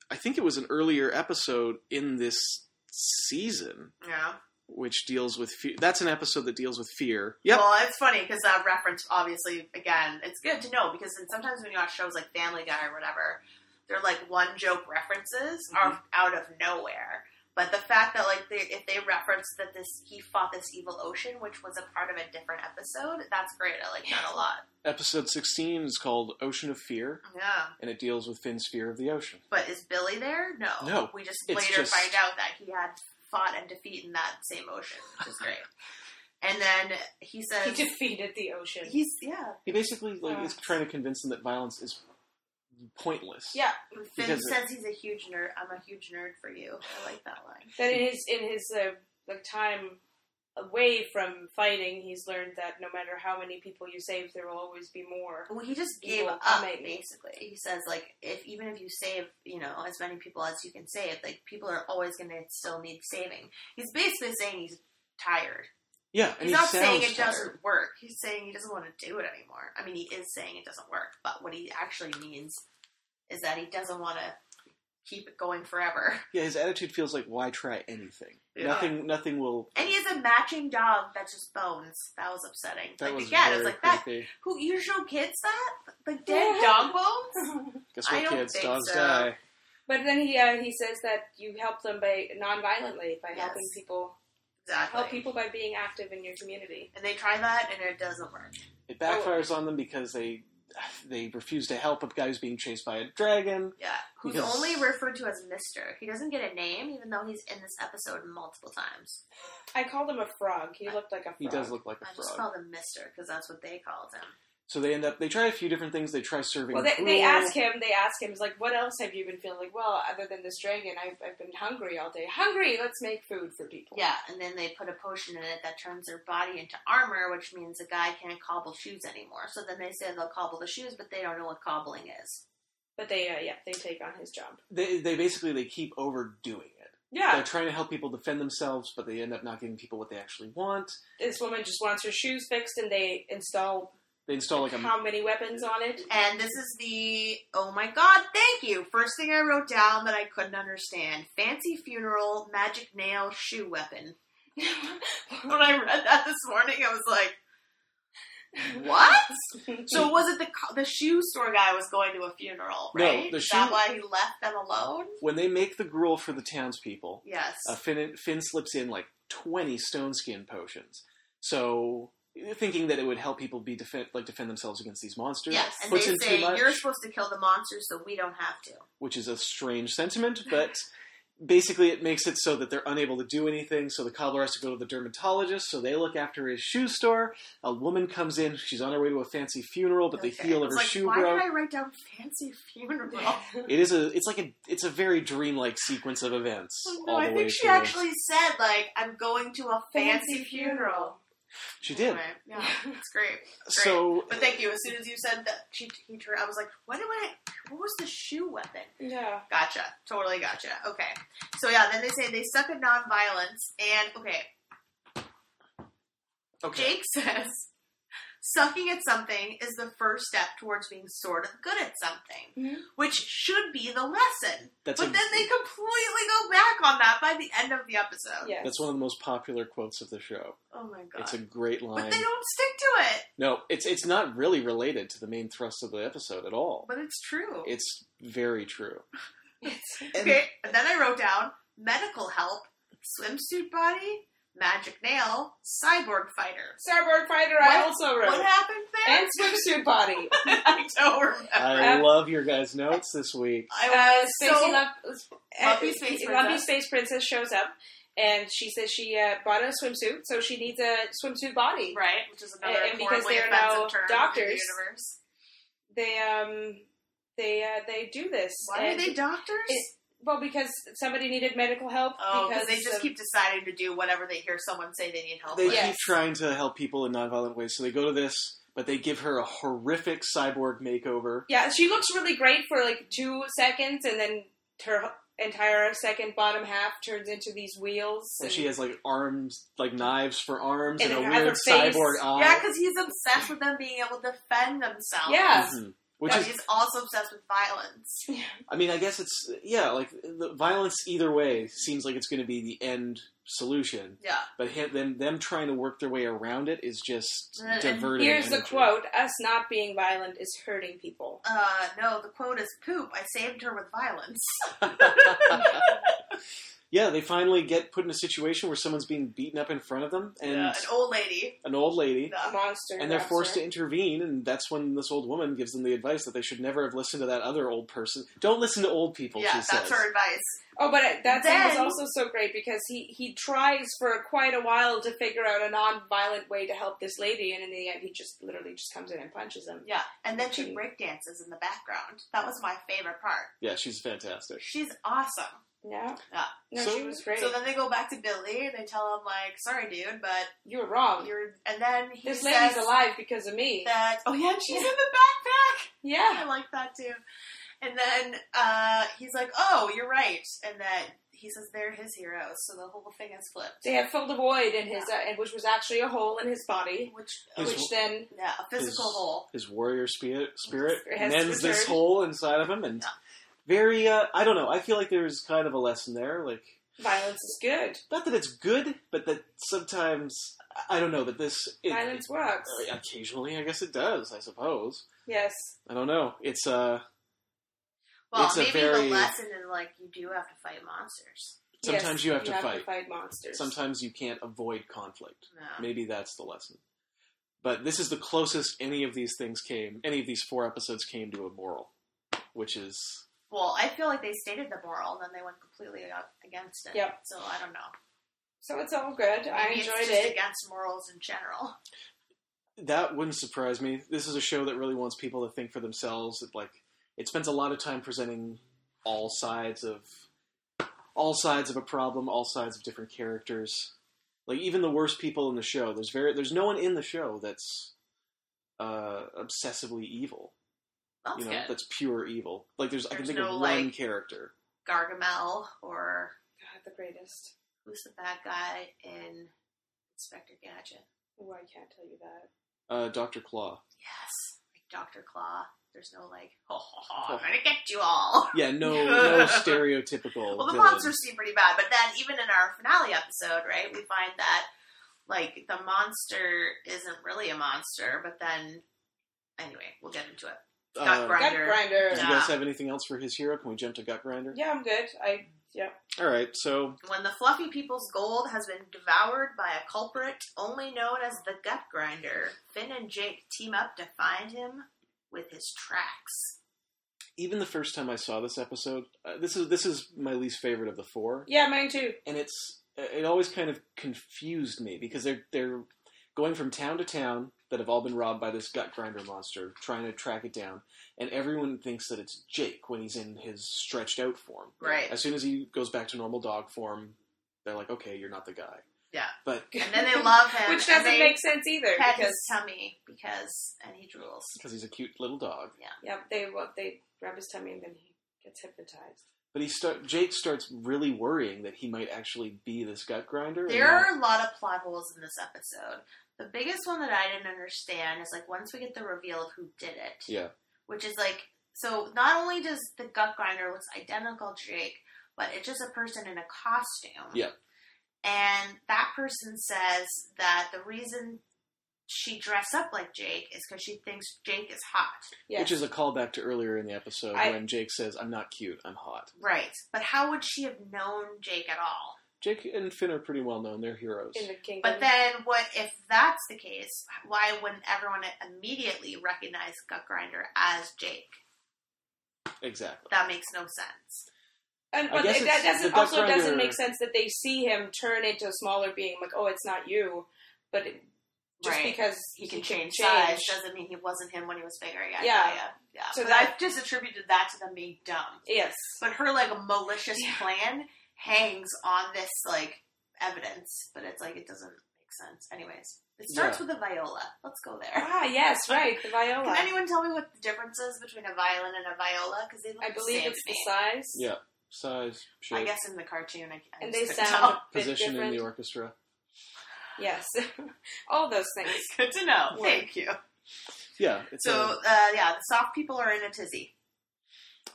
I think it was an earlier episode in this season,
Yeah.
which deals with fear. That's an episode that deals with fear. Yep.
Well, it's funny because that reference, obviously, again, it's good to know because then sometimes when you watch shows like Family Guy or whatever, they're like one joke
Mm-hmm.
references are out of nowhere. But the fact that like they, if they reference that this he fought this evil ocean, which was a part of a different episode, that's great. I like that a lot.
Episode sixteen is called "Ocean of Fear,"
Yeah.
and it deals with Finn's fear of the ocean.
But is Billy there? No.
No,
We just
it's
later
just-
find out that he had fought and defeat in that same ocean, which is great. and then he
He
says
defeated the ocean.
he's yeah.
He basically like
Uh.
is trying to convince him that violence is pointless.
yeah,
Finn
Because-
says he's a huge nerd. I'm a huge nerd for you. I like that line.
that in his in his uh, like time away from fighting, he's learned that no matter how many people you save, there will always be more.
Well, he just
Evil
gave up
primate.
basically. He says like if even if you save you know as many people as you can save, like people are always going to still need saving. He's basically saying he's tired.
yeah. And
He's
he
not
sounds
saying it
tired.
doesn't work. He's saying he doesn't want to do it anymore. I mean, he is saying it doesn't work, but what he actually means is that he doesn't want to keep it going forever.
Yeah, his attitude feels like why try anything?
Yeah.
Nothing nothing will
And he has a matching dog that's just bones. That was upsetting.
that
like
was
again,
very
it's like that.
creepy.
Who your show kids that? Like dead dog bones?
Guess
I
what
don't
kids,
think
dogs
so.
die.
But then he uh, he says that you help them by non-violently by
Yes.
helping people
Exactly.
help people by being active in your community.
And they try that, and it doesn't work.
It backfires on them because they they refuse to help a guy who's being chased by a dragon.
Yeah. Who's
Because-
only referred to as Mister. He doesn't get a name, even though he's in this episode multiple times.
I called him a frog. He looked like a frog.
He does look like
I
a
just
frog.
called him Mister because that's what they called him.
So they end up they try a few different things. They try serving
Well, they, they
gruel.
ask him. They ask him. It's like, what else have you been feeling? Like, well, other than this dragon, I've, I've been hungry all day. Hungry. Let's make food for people.
Yeah, and then they put a potion in it that turns their body into armor, which means the guy can't cobble shoes anymore. So then they say they'll cobble the shoes, but they don't know what cobbling is.
But they, uh, yeah, they take on his job.
They they basically they keep overdoing it. They're
Yeah,
trying to help people defend themselves, but they end up not giving people what they actually want.
this woman just wants her shoes fixed, and they install
They install like a
how many weapons on it?
And this is the oh my god, thank you. First thing I wrote down that I couldn't understand: fancy funeral, magic nail, shoe weapon. when I read that this morning, I was like, what? so was it the co- the shoe store guy was going to a funeral,
No,
right?
the
is that
shoe-
why he left them alone?
when they make the gruel for the townspeople.
Yes.
Uh, Finn Finn slips in like 20 stone skin potions. So thinking that it would help people be defend like defend themselves against these monsters.
Yes, and
puts
they
in too
say
much.
you're supposed to kill the monsters, so we don't have to.
which is a strange sentiment, but basically it makes it so that they're unable to do anything. So the cobbler has to go to the dermatologist, so they look after his shoe store. A woman comes in, she's on her way to a fancy funeral, but the
Okay.
heel
I
of
was
her
like,
shoe
Why
broke.
did I write down fancy funeral?
It is a it's like a it's a very dreamlike sequence of events.
no,
all the
I
way
think she
through.
actually said like I'm going to a fancy,
Fancy
funeral.
She did.
Anyway, yeah, it's great.
So
But thank you. As soon as you said that she he turned, I was like, what did I? What was the shoe weapon?
Yeah.
Gotcha. Totally gotcha. Okay. So yeah, then they say they suck at nonviolence, and okay,
okay.
Jake says sucking at something is the first step towards being sort of good at something,
Mhm.
which should be the lesson.
That's
but
a-
then they completely go back on that by the end of the episode.
Yeah.
That's one of the most popular quotes of the show.
Oh my god.
It's a great line.
but they don't stick to it.
No, it's it's not really related to the main thrust of the episode at all.
But it's true.
It's very true.
okay. And then I wrote down medical help, swimsuit body, magic nail, cyborg fighter.
Starboard fighter. I
What-
also wrote.
What happened there?
and swimsuit body.
I don't remember.
I
Um,
love your guys' notes this week.
I
uh,
was
Space
so
Love,
Lumpy Space Princess.
Space Princess shows up, and she says she uh, bought a swimsuit, so she needs a swimsuit body.
right, which is another
And- and because
horribly
they are now
offensive term in the
doctors,
universe.
They um, they uh, they do this.
Why are
and-
they doctors?
it- well, because somebody needed medical help.
oh, because they just
of-
keep deciding to do whatever they hear someone say they need help
They
with.
Yeah.
keep trying to help people in nonviolent ways, so they go to this, but they give her a horrific cyborg makeover.
Yeah, she looks really great for like two seconds, and then her entire second bottom half turns into these wheels.
And she has like arms, like knives for arms, and,
And
a
her
weird
other face.
cyborg eye.
Yeah, because he's obsessed with them being able to defend themselves.
Yeah.
Mhm.
But
Which is,
he's also obsessed with violence.
I mean, I guess it's yeah, like the violence either way seems like it's going to be the end solution,
Yeah.
but him, them them trying to work their way around it is just
Uh, And- and
diverting.
Here's the
energy.
quote: "Us not being violent is hurting people."
Uh, no, the quote is poop. I saved her with violence.
yeah, they finally get put in a situation where someone's being beaten up in front of them, and
Yeah, an old lady.
an old lady.
A
Yeah.
monster,
and they're
grabs
forced
her.
to intervene and that's when this old woman gives them the advice that they should never have listened to that other old person don't listen to old people
yeah,
she
that's
says
her advice.
Oh, but it- that scene was
Then-
also so great because he he tries for quite a while to figure out a non-violent way to help this lady, and in the end, he just literally just comes in and punches him.
Yeah. And then she breakdances in the background. That was my favorite part.
yeah she's fantastic
She's awesome.
Yeah,
Yeah.
no,
So-
she was great.
Ah, So then they go back to Billy and they tell him, like, sorry, dude, but
you were wrong.
you're. And then he
Um, this
says,
lady's alive because of me.
that oh yeah, and she's
Yeah.
in the backpack.
yeah,
I like that too. And then uh, he's like, "Oh, you're right," and that he says they're his heroes. So the whole thing is flipped.
they had filled a void in his, uh, and which was actually a hole in his body,
Which,
His-
which,
which then
yeah, a physical
his,
hole.
his warrior spirit spirit
Has
mends this
returned.
hole inside of him and
Yeah.
very uh, i don't know i feel like there's kind of a lesson there like
violence is good.
not that it's good but that sometimes i I don't know that this it,
Violence works.
uh, occasionally i guess it does i suppose
Yes.
i don't know it's uh
Well,
it's a
maybe the
very-
lesson is like you do have to fight monsters.
Sometimes
yes,
you have to
to
fight.
fight monsters.
sometimes you can't avoid conflict
No.
Maybe that's the lesson. But this is the closest any of these things came, any of these four episodes came to a moral, which is
Well, I feel like they stated the moral, and then they went completely up against it.
Yep.
So I don't know.
So it's all good. I
Maybe
enjoyed
it's just
it.
against morals in general.
that wouldn't surprise me. This is a show that really wants people to think for themselves. It, like it spends a lot of time presenting all sides of all sides of a problem, all sides of different characters. Like even the worst people in the show. There's very there's no one in the show that's uh, obsessively evil.
That's
you know,
good.
that's pure evil. Like there's, I can
There's
think
no,
of one
like-
character.
Gargamel or
God, the greatest.
who's the bad guy in Inspector Gadget?
Oh, I can't tell you that.
Uh, Doctor Claw.
Yes, like Dr. Claw. There's no like, oh, I'm gonna get you all.
Yeah, no, no stereotypical.
Well, the
villain.
monsters seem pretty bad, but then even in our finale episode, right, we find that like the monster isn't really a monster, but then anyway, we'll get into it.
Uh,
Gut Grinder.
Gut grinder.
Do you
Yeah.
guys have anything else for his hero? Can we jump to Gut Grinder?
Yeah, I'm good. I
All right, so
When the fluffy people's gold has been devoured by a culprit only known as the Gut Grinder, Finn and Jake team up to find him with his tracks.
even the first time I saw this episode, uh, this is this is my least favorite of the four,
Yeah, mine too.
and it's it always kind of confused me because they're they're going from town to town that have all been robbed by this gut grinder monster, trying to track it down, and everyone thinks that it's Jake when he's in his stretched out form.
Right.
As soon as he goes back to normal dog form, they're like, okay, you're not the guy.
Yeah.
But
And then they love him.
Which
and
doesn't
they
make sense either
pet his
because
tummy because and he drools.
because he's a cute little dog,
yeah, they well, they rub his tummy and then he gets hypnotized.
but he start Jake starts really worrying that he might actually be this gut grinder. and
There
not-
are a lot of plot holes in this episode. The biggest one that I didn't understand is like once we get the reveal of who did it.
Yeah.
Which is like so not only does the gut grinder looks identical to Jake, but it's just a person in a costume.
Yeah.
And that person says that the reason she dressed up like Jake is because she thinks Jake is hot.
Yeah,
Which is a callback to earlier in the episode
I-
when Jake says, I'm not cute, I'm hot.
Right. But how would she have known Jake at all?
Jake and Finn are pretty well known, they're heroes.
in the kingdom.
But then, what if that's the case? Why wouldn't everyone immediately recognize Gut Grinder as Jake?
Exactly.
That makes no sense.
and,
I
but
guess
it, that
it's- the
doesn't
Duck
also doesn't
Rider-
make sense that they see him turn into a smaller being. Like, oh, it's not you. But it, just
Right.
because
He can change, size doesn't mean he wasn't him when he was bigger. Yeah,
Yeah.
yeah, yeah. yeah.
So
So but
that-
I've just attributed that to them being dumb.
Yes.
But her like malicious
Yeah.
plan hangs on this like evidence, but it's like it doesn't make sense. Anyways, it starts
Yeah.
with a viola. Let's go there.
Ah, yes, right. The viola.
Can anyone tell me what the difference is between a violin and a viola? Because they look
I
the
believe
same
it's
to
the
me.
size.
Yeah. Size, shape,
I guess in the cartoon, I, I
And
just
they
couldn't
sound a
tell.
bit
position in
different.
the orchestra.
Yes. All those things.
Good to know.
Yeah.
Thank you.
Yeah. It's um,
So uh, yeah, the soft people are in a tizzy.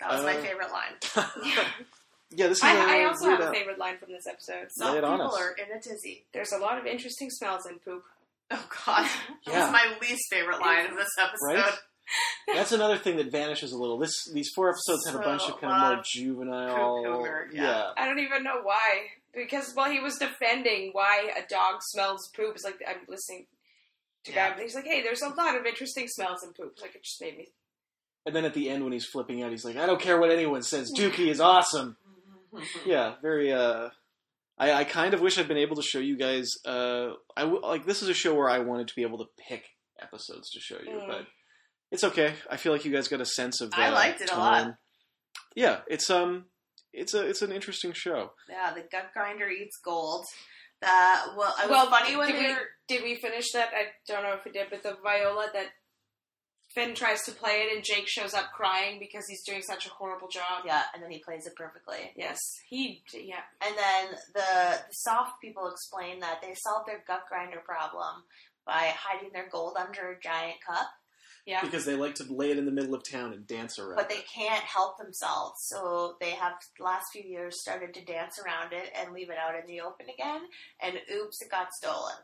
That was my
Uh,
favorite line.
a, yeah, this is
I, I
a
also
weird
have a
out.
favorite line from this episode.
Lay
Soft
it on
people
us.
are in a tizzy.
There's a lot of interesting smells in poop.
Oh god, that
Yeah.
was my least favorite line of this episode.
Right? That's another thing that vanishes a little. This These four episodes have a bunch
So
of kind of
uh,
more
much
juvenile.
poo-poo-er, yeah.
I don't even know why. Because while he was defending why a dog smells poop, it's like I'm listening to
Yeah.
Gab, and he's like, "Hey, there's a lot of interesting smells in poop." It's Like it just made me.
And then at the end, when he's flipping out, he's like, I don't care what anyone says, Dookie is awesome. yeah, very. Uh, I, I kind of wish I'd been able to show you guys. Uh, I w- like this is a show where I wanted to be able to pick episodes to show you,
Mm.
but it's okay. I feel like you guys got a sense of.
I
uh,
liked it a lot.
time. Yeah, it's um, it's a it's an interesting show.
Yeah, the gut grinder eats gold. That well, it was
Well,
funny when
did
they
we-
were-
Did we finish that? I don't know if we did, but the viola that Finn tries to play it, and Jake shows up crying because he's doing such a horrible job.
Yeah, and then he plays it perfectly.
Yes, he. Yeah,
And then the, the soft people explain that they solved their gut grinder problem by hiding their gold under a giant cup,
yeah.
Because they like to lay it in the middle of town and dance around.
but they
it.
can't help themselves. So they have the last few years started to dance around it and leave it out in the open again. And oops, it got stolen.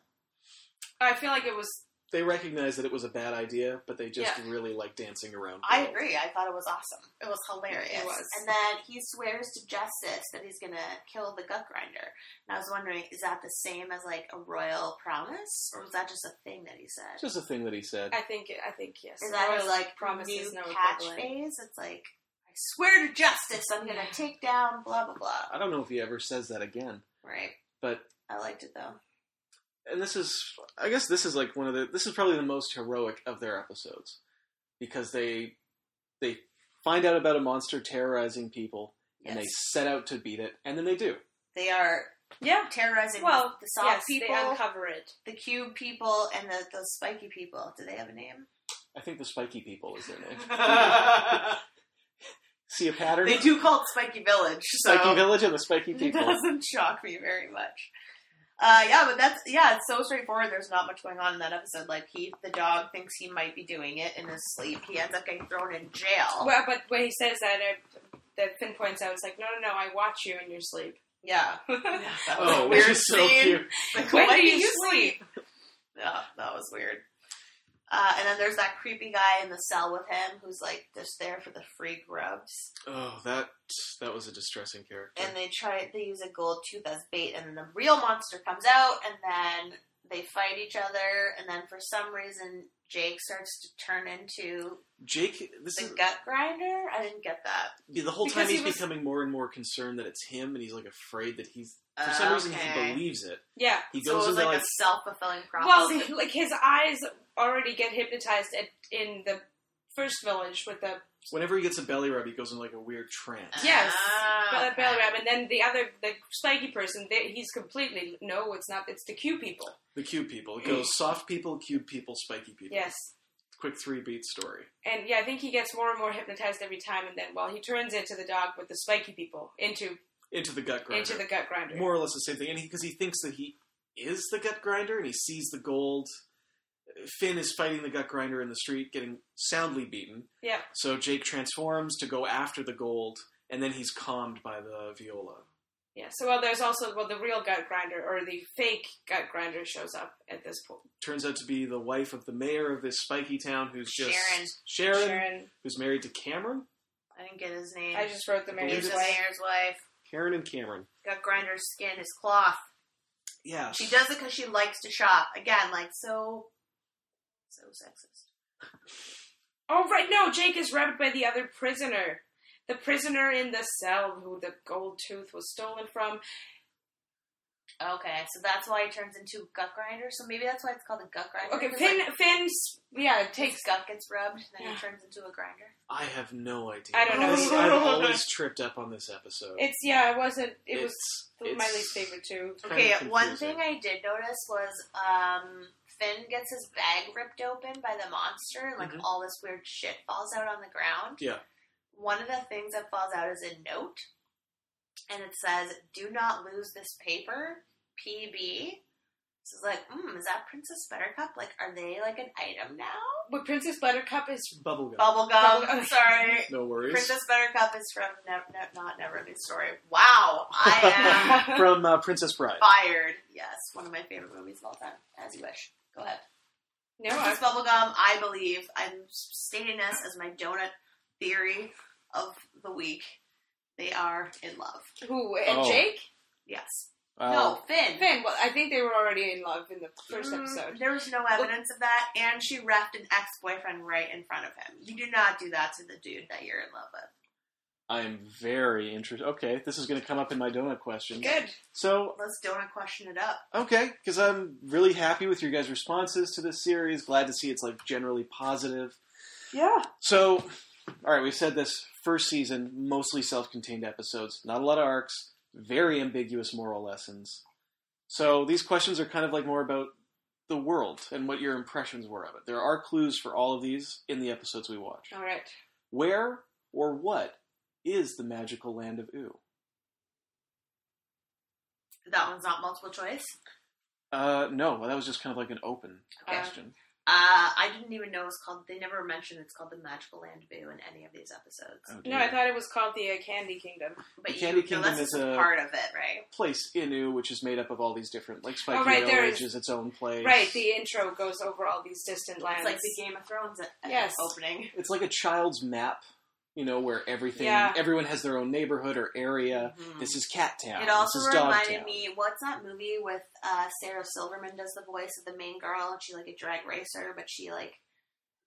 I feel like it was.
they recognize that it was a bad idea, but they just really like dancing around.
I
gold.
agree. I thought it was awesome. It was hilarious.
It was.
And then he swears to justice that he's gonna kill the gut grinder. And I was wondering, is that the same as like a royal promise, or was that just a thing that he said?
It's just a thing that he said.
I think. I think yes.
Is that his
Royal
like
promises
new
no
catch
equivalent.
phase? It's like I swear to justice, I'm gonna take down blah blah blah.
I don't know if he ever says that again,
Right.
but
I liked it though.
and this is I guess this is like one of the this is probably the most heroic of their episodes because they they find out about a monster terrorizing people
Yes.
and they set out to beat it and then they do.
they are
Yeah.
terrorizing
Well,
the soft
yes,
people,
they uncover it.
the cube people, and the those spiky people. Do they have a name?
I think the spiky people is their name. See a pattern?
they do call it Spiky Village. So
Spiky Village and the spiky
It
people.
doesn't shock me very much. Uh, yeah, but that's yeah, it's so straightforward. There's not much going on in that episode. Like he, the dog thinks he might be doing it in his sleep. He ends up getting thrown in jail.
Well, but when he says that, I, that Finn points out, it's like, no, no, no, I watch you in your sleep.
Yeah.
when
That was
Oh,
a
which
weird
is so
scene.
cute.
Like,
do you sleep?
Yeah, that was weird. Uh, and then there's that creepy guy in the cell with him who's like just there for the free grubs.
Oh, that that was a distressing character.
And they try they use a gold tooth as bait, and then the real monster comes out, and then they fight each other, and then for some reason Jake starts to turn into
Jake, this
the
is
gut grinder. I didn't get that.
the whole
because
time
he
he's
was-
becoming more and more concerned that it's him, and he's like afraid that he's for some reason he
Oh, Okay.
believes it.
Yeah.
He
So
goes
it was
into
like,
like,
a self fulfilling
Well,
prophecy.
like his eyes already get hypnotized at, in the first village with the
whenever he gets a belly rub, he goes into like a weird trance.
Yeah. yes.
Ah,
belly
okay.
rab, and then the other, the spiky person, they, he's completely no. It's not. It's the Q people.
The cube people. It goes soft people, cube people, spiky people.
Yes.
Quick three beat story.
And yeah, I think he gets more and more hypnotized every time, and then well, he turns into the dog with the spiky people, into
Into the gut grinder.
into the gut grinder.
more or less the same thing, and because he, thinks that he is the gut grinder, and he sees the gold. Finn is fighting the gut grinder in the street, getting soundly beaten.
Yeah.
So Jake transforms to go after the gold, and then he's calmed by the viola.
Yeah. So well, there's also well, the real gut grinder or the fake gut grinder shows up at this point.
Turns out to be the wife of the mayor of this spiky town, who's just
Sharon.
Sharon,
Sharon,
who's married to Cameron.
I didn't get his name.
I just wrote the
He's
mayor's
the
Believe
way.
mayor's wife.
Karen and Cameron.
Got grinder's skin, his cloth.
Yeah.
She does it because she likes to shop. Again, like so, so sexist.
Oh right, no, Jake is robbed by the other prisoner. The prisoner in the cell who the gold tooth was stolen from.
Okay, so that's why he turns into gut grinder. So maybe that's why it's called a gut grinder.
Okay,
'cause,
Finn
like,
Finn's yeah, it
his
takes
gut gets rubbed, then
Yeah.
he turns into a grinder.
I have no idea.
I don't know.
This- I've always tripped up on this episode.
it's yeah, it wasn't it was
It's-
my
it's
least favorite too.
kind of
Okay, one
confusing.
thing I did notice was um, Finn gets his bag ripped open by the monster, and like
Mhm.
all this weird shit falls out on the ground.
Yeah.
One of the things that falls out is a note, and it says, "Do not lose this paper, PB." So it's like, mm, is that Princess Buttercup? Like, are they like an item now?
But Princess Buttercup is
Bubblegum.
Bubblegum.
Bubblegum.
I'm sorry.
no worries.
Princess Buttercup is from ne- ne- not Neverending Story. Wow, I am
From uh, Princess Bride.
fired. Yes, one of my favorite movies of all time. As you wish. Go ahead.
no I,
Princess Bubblegum, I believe. I'm stating this as my donut theory of the week. They are in love.
who and
Oh.
Jake?
Yes.
Uh,
no, Finn.
Finn, well I think they were already in love in the first
Mm,
episode.
There was no evidence of that, and she wrapped an ex boyfriend right in front of him. You do not do that to the dude that you're in love with.
I'm very interested. Okay, this is going to come up in my donut question.
Good.
So,
Let's donut question it up.
okay, because I'm really happy with your guys' responses to this series. Glad to see it's like generally positive.
Yeah.
So, all right, we've said this first season, mostly self contained episodes, not a lot of arcs, very ambiguous moral lessons. So, these questions are kind of like more about the world and what your impressions were of it. There are clues for all of these in the episodes we watch.
Alright.
Where or what is the magical land of Ooh?
That one's not multiple choice.
Uh, no, well, that was just kind of like an open
Okay.
question.
Uh, I didn't even know it was called. They never mentioned it's called the Magical Land Boo in any of these episodes.
Oh,
No,
dear.
I thought it was called the uh, Candy Kingdom.
But
The
you,
Candy
no,
Kingdom
that's
is
just
a-
part of it, right?
place in Ooh, which is made up of all these different like spiky
Oh, right, there
village
is-
is its own place.
Right, the intro goes over all these distant lands.
It's like the Game of Thrones uh,
Yes.
opening.
it's like a child's map, you know, where everything
Yeah.
everyone has their own neighborhood or area.
Mhm.
This is Cat Town.
It also
this is Dog
reminded
Town.
me what's that movie with uh, Sarah Silverman does the voice of the main girl and she's like a drag racer, but she like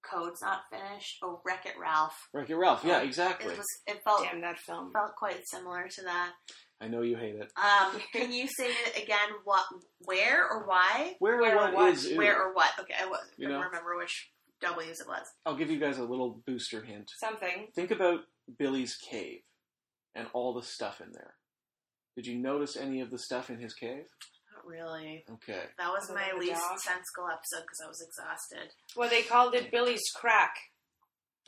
code's not finished. Oh, Wreck It Ralph.
Wreck-It Ralph. Yeah, exactly.
It was. It felt
Damn that film.
felt quite similar to that.
I know you hate it.
Um, can you say it again? What, where, or why?
Where,
Where
or
or
what
what?
is Ooh?
Where or what? Okay, I was,
You
I
know?
don't remember which W's it was.
I'll give you guys a little booster hint.
Something.
Think about Billy's cave and all the stuff in there. Did you notice any of the stuff in his cave?
Not really.
Okay.
That was
Other
my
than the
least
dog.
sensical episode because I was exhausted.
Well, they called it Billy's Crack.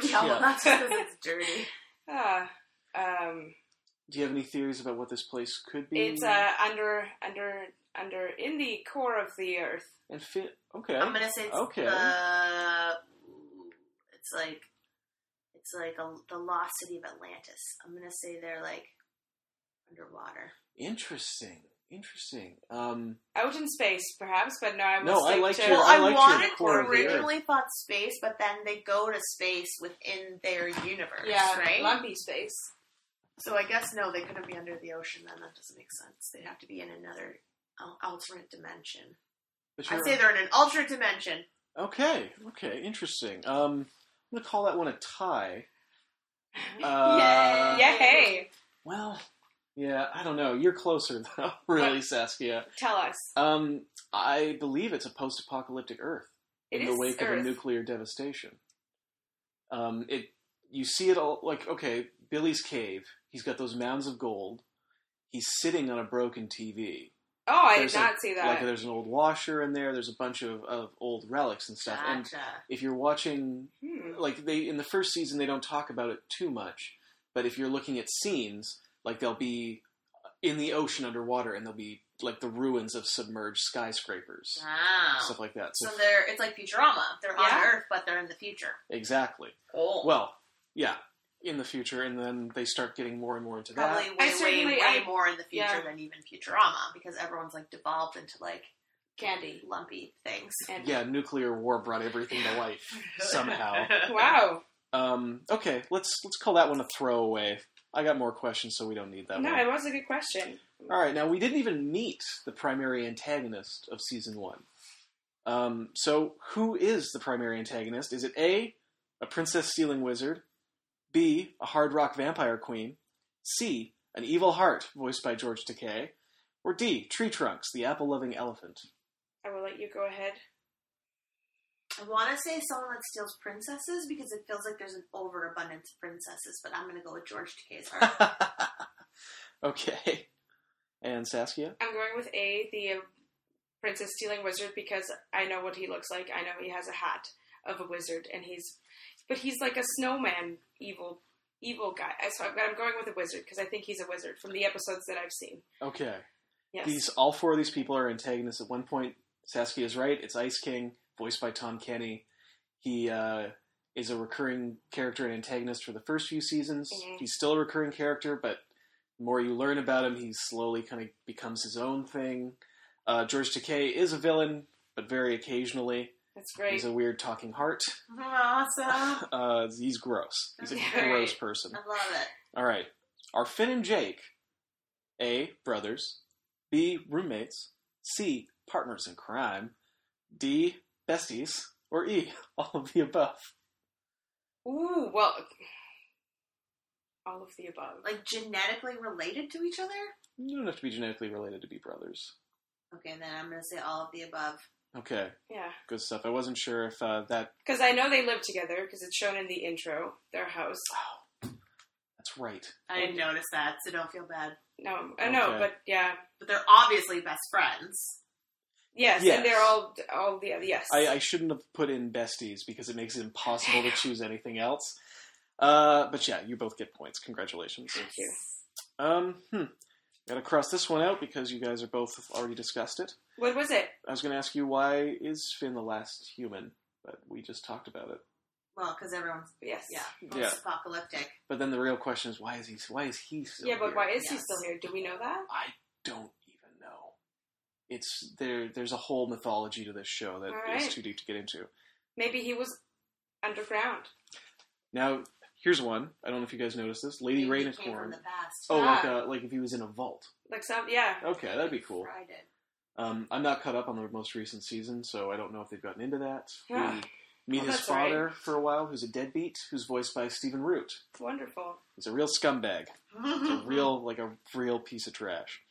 Yeah,
Yeah.
well, that's just 'cause it's dirty.
Ah, um,
Do you have any theories about what this place could be?
it's uh, under, under, under, in the core of the earth.
and fit. Okay.
I'm gonna say it's
Okay.
the. It's like, it's like a, the lost city of Atlantis. I'm gonna say they're like underwater.
Interesting. Interesting. Um,
Out in space, perhaps, but no, I would
No, I
stick
liked
to. Oh,
your-
Well,
I
I,
liked your
wanted
core of the
originally thought space, but then they go to space within their universe,
yeah,
right?
lumpy space.
So I guess no, they couldn't be under the ocean. Then that doesn't make sense. They'd have to be in another al- alternate dimension.
but
I'd
you're-
say they're in an alternate dimension.
okay, okay, interesting. Um, I'm gonna call that one a tie. Uh,
Yay.
yeah, hey,
Well, yeah, I don't know. You're closer though, really, Saskia.
tell us.
Um, I believe it's a post-apocalyptic Earth
It
in the
is
wake of a
Earth.
nuclear devastation. Um, it you see it all like okay, Billy's cave. He's got those mounds of gold. He's sitting on a broken TV.
Oh, I
There's
did
a-
not see that.
Like there's an old washer in there. There's a bunch of, of old relics and stuff. And
Gotcha.
if you're watching
Hmm.
like they in the first season they don't talk about it too much but if you're looking at scenes like they'll be in the ocean underwater and they'll be like the ruins of submerged skyscrapers
Wow.
stuff like that so,
So they're it's like Futurama. They're
Yeah.
on Earth, but they're in the future.
exactly
Cool.
well yeah in the future and then they start getting more and more into that
Probably
I
way, way,
certainly-
way
I-
more in the future
yeah.
than even Futurama because everyone's like devolved into like
candy.
lumpy things.
And
yeah nuclear war brought everything to life somehow
Wow.
um, okay let's let's call that one a throwaway i got more questions so we don't need that
No,
one
it was a good question.
All right, now we didn't even meet the primary antagonist of season one. Um, so, who is the primary antagonist? Is it A, a princess stealing wizard, B, a hard rock vampire queen, C, an evil heart voiced by George Takei, or D, Tree Trunks, the apple loving elephant?
I will let you go ahead.
I want to say someone that steals princesses because it feels like there's an overabundance of princesses, but I'm going to go with George Takei's art.
okay. And Saskia?
I'm going with A, the uh, princess stealing wizard, because I know what he looks like. I know he has a hat of a wizard, and he's, but he's like a snowman, evil, evil guy. I- So I'm, I'm going with a wizard because I think he's a wizard from the episodes that I've seen.
Okay.
Yes,
These all four of these people are antagonists at one point. Saskia is right. It's Ice King, voiced by Tom Kenny. He uh, is a recurring character and antagonist for the first few seasons.
Mhm.
He's still a recurring character, but the more you learn about him, he slowly kind of becomes his own thing. Uh, George Takei is a villain, but very occasionally.
that's great.
He's a weird talking heart.
awesome.
Uh, he's gross. He's a
Okay.
gross person.
I love it.
All right. Are Finn and Jake A. Brothers, B. Roommates, C. Partners in crime, D. Besties, or E. All of the above?
Ooh, well, all of the above.
Like genetically related to each other?
You don't have to be genetically related to be brothers.
Okay, then I'm going to say all of the above.
Okay,
Yeah,
good stuff. I wasn't sure if uh, that.
because I know they live together because it's shown in the intro. Their house.
Oh, that's right.
I didn't notice that, so don't feel bad.
No, I know,
Okay.
but yeah,
But they're obviously best friends.
yes,
Yes.
and they're all all the yes.
I, I shouldn't have put in besties because it makes it impossible to choose anything else. Uh, but yeah, you both get points. Congratulations.
Thank you.
Um, hmm. Gotta cross this one out because you guys are both already discussed it.
What was it?
I was going to ask you why is Finn the last human, but we just talked about it.
Well, because everyone's,
Yes.
yeah,
Yeah.
post apocalyptic.
But then the real question is why is he? Why is he still?
yeah, but
here?
why is he
Yes.
still here? Do we know that?
I don't even know. It's there. There's a whole mythology to this show that is
All right.
too deep to get into.
Maybe he was underground.
Now, here's one. I don't know if you guys noticed this. Lady
Maybe he came from
Rainicorn.
the past.
Oh, like
Ah.
uh, like if he was in a vault.
Like some, yeah.
Okay, that'd be cool.
Friday.
Um, I'm not caught up on the most recent season, so I don't know if they've gotten into that. We
Yeah.
meet
Well,
his
that's right.
father for a while, who's a deadbeat, who's voiced by Stephen Root.
Wonderful.
He's a real scumbag. It's a real, like a real piece of trash.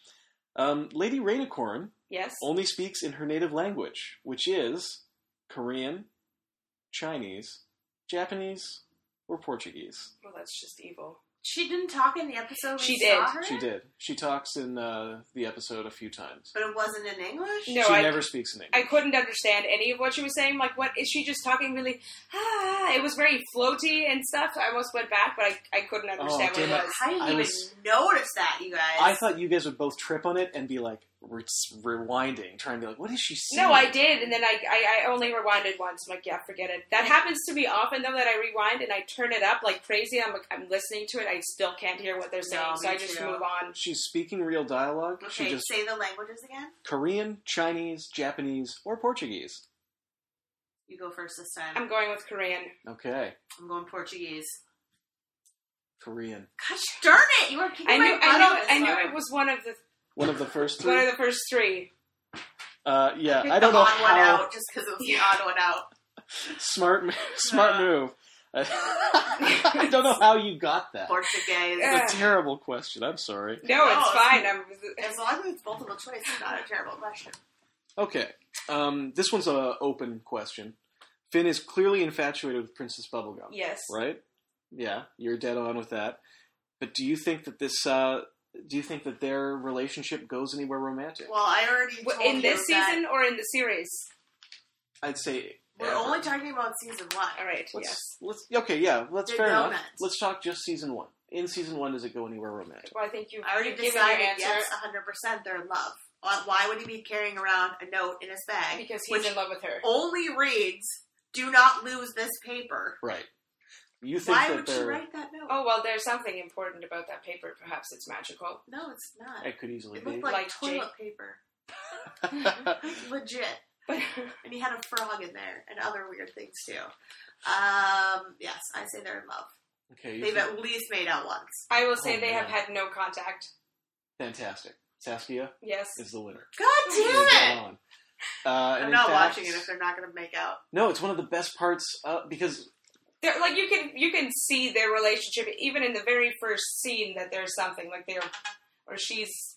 Um, Lady Rainicorn
Yes.
Oh.
only speaks in her native language, which is Korean, Chinese, Japanese, or Portuguese.
Well, that's just evil.
She didn't talk in the episode.
She
we
did.
Saw her
She
in?
did. She talks in uh, the episode a few times.
But it wasn't in English?
No,
she
I-
never speaks in English.
I couldn't understand any of what she was saying. Like, what is she just talking? Really, ah, it was very floaty and stuff. I almost went back, but I, I couldn't
Oh,
understand what it
damn it.
was.
I didn't
I
even
was-
notice that, you guys.
I thought you guys would both trip on it and be like, re- rewinding, trying to be like, what is she seeing?
No, I did, and then I, I I only rewinded once. I'm like, yeah, forget it. That happens to me often though that I rewind and I turn it up like crazy. I'm like, I'm listening to it. I still can't hear what they're saying,
No,
so
me
I just
too.
move on.
She's speaking real dialogue.
Okay,
she just
say the languages again.
Korean, Chinese, Japanese, or Portuguese.
You go first this time. I'm,
I'm going with Korean.
Okay,
going Portuguese.
Korean.
Gosh darn it! You are kicking
I
my
knew
butt
I
on
knew
this
I knew
one.
it was one of the
One of the first
one of
three.
the first three.
Uh, yeah,
Pick
I don't
the
know
odd one
how
out just because it was
Yeah.
the odd one out.
smart mo- smart
Uh.
move. I I don't know how you got that.
Portuguese.
Yeah.
It's a terrible question. I'm sorry.
No,
No,
it's
Oh, it's-
fine. I'm
As long as it's multiple choice, it's not a terrible question.
Okay. Um, this one's a open question. Finn is clearly infatuated with Princess Bubblegum,
yes.
right? Yeah, you're dead on with that. But do you think that this? Uh, do you think that their relationship goes anywhere romantic?
Well, I already told
W- In
you
this
that
season or in the series?
I'd say
We're
ever.
only talking about season one.
All right.
Let's
yes.
let's okay, yeah, let's
They're
fair enough.
donuts.
Let's talk just season one. In season one, does it go anywhere romantic?
Well, I think you've
I already
you've given your
decided
answer
yes, 100. percent They're in love. Uh, Why would he be carrying around a note in his bag?
because he's
which Oh.
in love with her.
only reads, "Do not lose this paper."
Right. You think
Why
that
would you
they're
write that note?
Oh well, there's something important about that paper. Perhaps it's magical.
No, it's not.
it could easily
It
be.
looked like,
Like
toilet
Jake.
paper, Like, legit.
But
And he had a frog in there and other weird things too. Um, yes, I say they're in love.
okay, you
They've
think-
at least made out once.
I will say
Oh,
they have
man.
had no contact.
fantastic. Saskia
Yes.
is the winner.
God
You're dead
damn it!
on. Uh, and
I'm
in
not
fact-
watching it if they're not going to make out.
No, it's one of the best parts uh, because
They're, like you can you can see their relationship even in the very first scene that there's something like they're or she's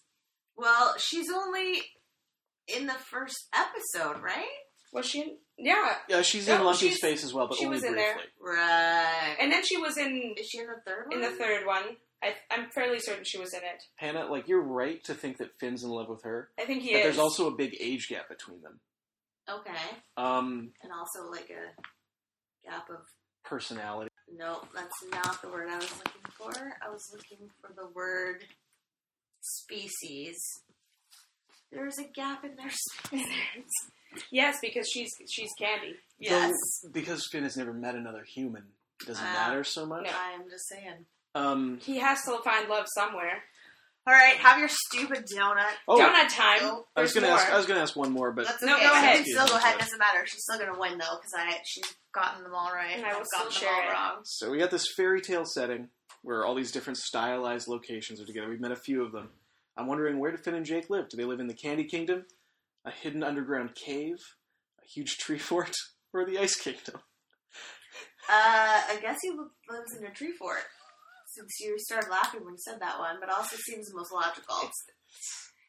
Well, she's only in the first episode, right?
was she in, yeah
uh, she's in
No,
Lumpy's
she's-
face as well, but
she
only
was in
briefly.
there.
Right.
and then she was in
is she in the third
in
one?
the third one I, I'm fairly certain she was in it
Hannah, like you're right to think that Finn's in love with her,
I think he
but
is
there's also a big age gap between them.
Okay.
Um,
And also like a gap of
personality.
no, that's not the word I was looking for. I was looking for the word species. There's a gap in their species.
yes because she's she's Candy
yes.
Though, because Finn has never met another human, it doesn't
Ah.
matter so much.
I am just saying.
Um,
he has to find love somewhere
All right, have your stupid donut.
oh,
donut time
Oh,
I was
There's
gonna ask.
more.
I was gonna ask one more, but
That's
No,
okay.
go
She
ahead.
can still go ahead. Doesn't matter. She's still gonna win though, because I she's gotten them all right.
And I will
I've gotten
still
them
share
all
it.
wrong.
so we got this fairy tale setting where all these different stylized locations are together. We've met a few of them. I'm wondering where do Finn and Jake live? Do they live in the Candy Kingdom, a hidden underground cave, a huge tree fort, or the Ice Kingdom?
Uh, I guess he li- lives in a tree fort. Since you started laughing when you said that one, but also seems the most logical.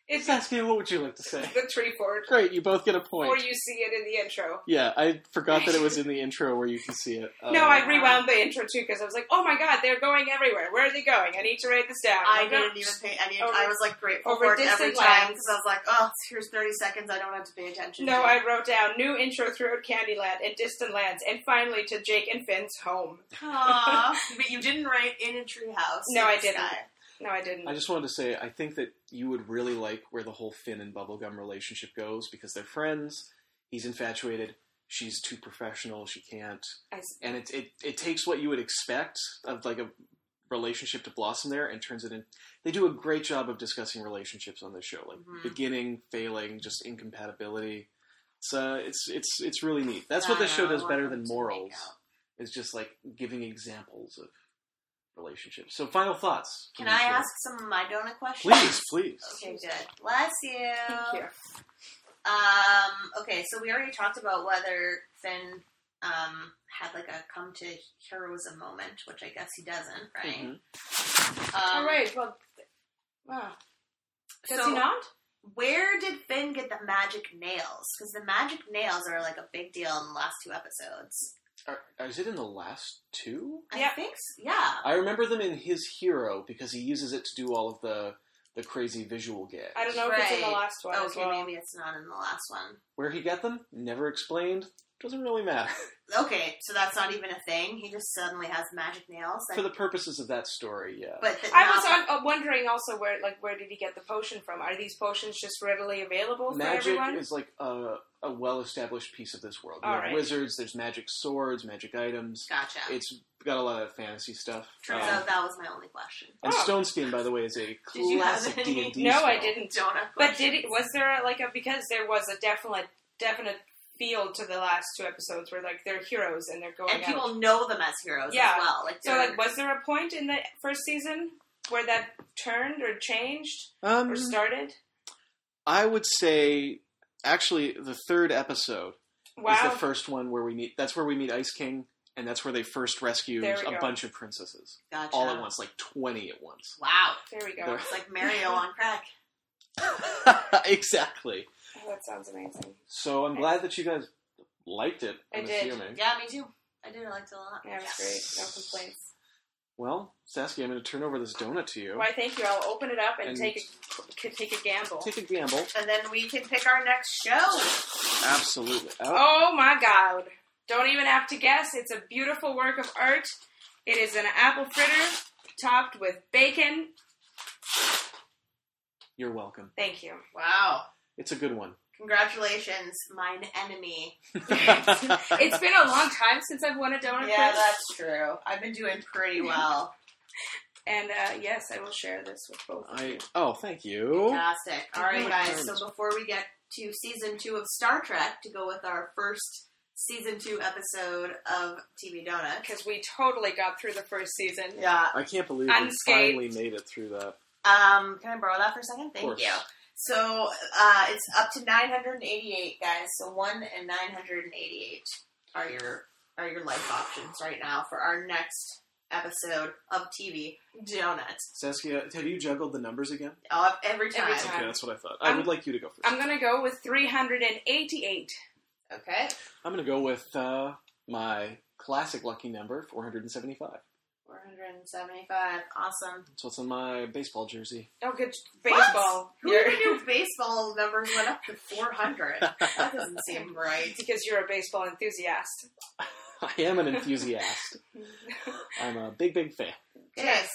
it's the
Saskia, what would you like to say?
tree fort
Great, you both get a point.
or you see it in the intro
yeah, I forgot that it was in the intro where you can see it.
no,
Uh,
I rewound the intro too because I was like, "Oh my god, they're going everywhere. Where are they going? I need to write this down."
I
Like, no,
didn't even pay any.
Over-
I was like grateful
over
for it every
distant
time
lands.
because I was like, oh, here's 30 seconds. I don't have to pay attention.
No,
to.
I wrote down new intro throughout Candyland and distant lands, and finally to Jake and Finn's home.
Aw, but you didn't write in a treehouse.
No, I
in the
didn't.
sky.
No, I didn't.
I just wanted to say, I think that you would really like where the whole Finn and Bubblegum relationship goes because they're friends. He's infatuated. She's too professional. She can't.
I s-
And it, it, it takes what you would expect of like a relationship to blossom there and turns it in. They do a great job of discussing relationships on this show, like
Mhm.
beginning, failing, just incompatibility. So it's it's it's really neat. That's
I
what this show
know, I
does
want
better
them
than
Uh, to make
morals.
out.
Is just like giving examples of relationships. So final thoughts.
Can
from
I
the show.
ask some of my donut questions?
Please, please.
Okay, good. Bless you.
thank you.
Um, okay, so we already talked about whether Finn um, had like a come to heroism moment, which I guess he doesn't, right?
Mhm.
Um,
All right. Well, th- wow. Does
So-
he not?
Where did Finn get the magic nails? Because the magic nails are like a big deal in the last two episodes.
Are- is it in the last two?
I
Yeah.
think so. Yeah.
I remember them in his hero because he uses it to do all of the the crazy visual gags.
I don't know if it's in the
Right.
last one as
Okay,
well.
maybe it's not in the last one.
where he got them. Never explained. Doesn't really matter.
Okay, so that's not even a thing. He just suddenly has magic nails.
For the purposes of that story, yeah.
but the,
I was
not-
uh, wondering also where, like, where did he get the potion from? Are these potions just readily available for
magic
everyone?
is like a, a well established piece of this world. You
All
have
right.
wizards, there's magic swords, magic items.
Gotcha.
It's got a lot of fantasy stuff.
Turns
Um,
out that was my only question.
and
Oh.
Stone Steen, by the way, is a
you have
classic
any?
D and D.
no, I didn't.
Don't have
But did
questions.
it? Was there like a because there was a definite definite feel to the last two episodes where like they're heroes and they're going
and
out.
people know them as heroes
Oh, Yeah.
as well. Like
So
they're-
like, was there a point in the first season where that turned or changed
Um,
or started?
I would say, actually, the third episode is the
Wow.
first one where we meet. That's where we meet Ice King, and that's where they first rescue
There we
a
go.
bunch of princesses
gotcha.
all at once, like twenty at once.
Wow,
There we go.
There-
it's like Mario on crack.
exactly.
Oh, that sounds amazing.
So I'm glad that you guys liked it.
I
I'm
did.
assuming.
Yeah, me too. I did. I liked it a lot.
Yeah, it was great. No complaints.
Well, Saskia, I'm going to turn over this donut to you.
Why? Thank you. I'll open it up and,
And-
take a could take a gamble.
Take a gamble.
And then we can pick our next show.
Absolutely. Oh,
Oh my god. Don't even have to guess. It's a beautiful work of art. It is an apple fritter topped with bacon.
You're welcome.
Thank you.
Wow.
It's a good one.
Congratulations, mine enemy.
It's been a long time since I've won a donut
Yeah,
quiz.
that's true. I've been doing pretty well.
And uh, yes, I will share this with both of
I
you.
oh, thank you.
Fantastic. All right,
Oh,
guys.
terms.
So before we get to season two of Star Trek, to go with our first season two episode of TV Donut.
Because we totally got through the first season.
Yeah.
I can't believe we
Unscathed.
finally made it through that.
Um, can I borrow that for a second? Thank
course.
you. So uh, it's up to 988 guys. So one and 988 are your are your life options right now for our next episode of TV Donut.
Saskia, have you juggled the numbers again?
Uh, every time.
Every time.
Okay, that's what I thought. I would
I'm-
like you to go first.
I'm going to go with 388.
Okay.
I'm going to go with uh, my classic lucky number, 475.
475. Awesome.
That's what's on my baseball jersey.
Oh, good.
What?
Baseball.
Who
You're-
knew baseball numbers went up to 400? That doesn't seem right.
because you're a baseball enthusiast.
I am an enthusiast. I'm a big, big fan.
Okay,
Yes.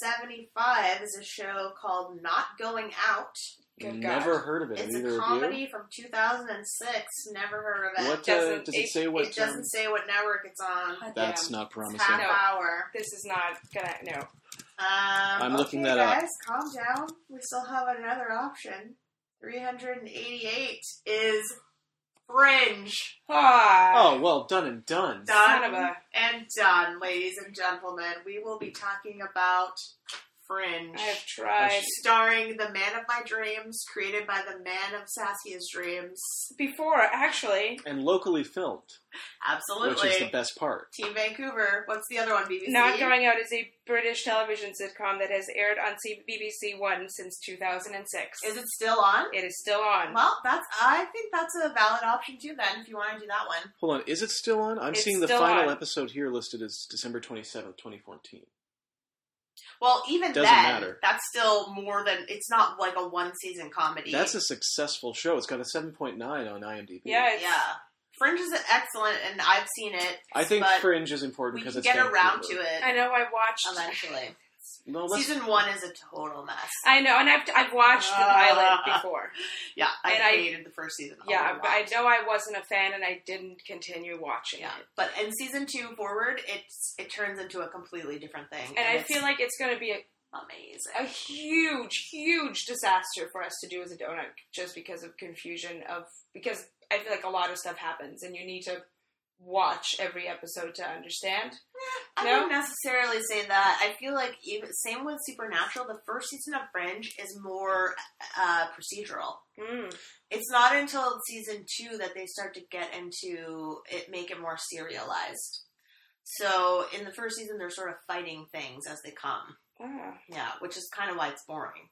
475 is a show called Not Going Out.
Good
Never
God.
heard of it.
It's
Have either
a
of
comedy from 2006. Never heard of
you?
it.
What uh,
doesn't-
does it
it-
say? What
it doesn't
um,
say what network it's on.
God
That's
damn.
not
It's
promising.
half
No.
hour.
This is not going to. No.
Um,
I'm looking
okay,
that up.
guys, calm down. We still have another option. 388 is Fringe.
Ah,
Oh, well done and done.
Done
Son of a-
and done, ladies and gentlemen. We will be talking about Fringe.
I have tried.
Starring the man of my dreams, created by the man of Saskia's dreams.
Before, actually.
And locally filmed,
Absolutely.
which is the best part.
Team Vancouver. What's the other one, BBC?
Not Going Out is a British television sitcom that has aired on C- BBC One since 2006.
Is it still on?
It is still on.
Well, that's. I think that's a valid option too. Then, if you want to do that one,
Hold on, is it still on? I'm
It's
seeing the
still
final
on.
episode here listed as December 27th, 2014.
well, even
Doesn't
then,
matter.
that's still more than. It's not like a one season comedy.
That's a successful show. It's got a 7.9 on IMDb.
Yeah, it's,
yeah. Fringe is excellent, and I've seen it.
I think
but
Fringe is important
we
because
can
it's
get around to
Vancouver.
it
I know. I watched.
eventually.
No, let's,
Season one is a total mess.
I know, and I've I've watched the
Ah.
pilot before.
Yeah, I
And I-
hated the first season. a
Yeah,
lot.
but I know I wasn't a fan, and I didn't continue watching
Yeah,
it.
but in season two forward, it's it turns into a completely different thing,
And I
it's
feel like it's going to be a,
amazing.
a huge, huge disaster for us to do as a donut, just because of confusion of because I feel like a lot of stuff happens, and you need to watch every episode to understand.
I
No?
don't necessarily say that. I feel like even same with Supernatural. The first season of Fringe is more uh, procedural.
Mm.
It's not until season two that they start to get into it, make it more serialized. So in the first season, they're sort of fighting things as they come.
Ah.
Yeah, which is kind of why it's boring.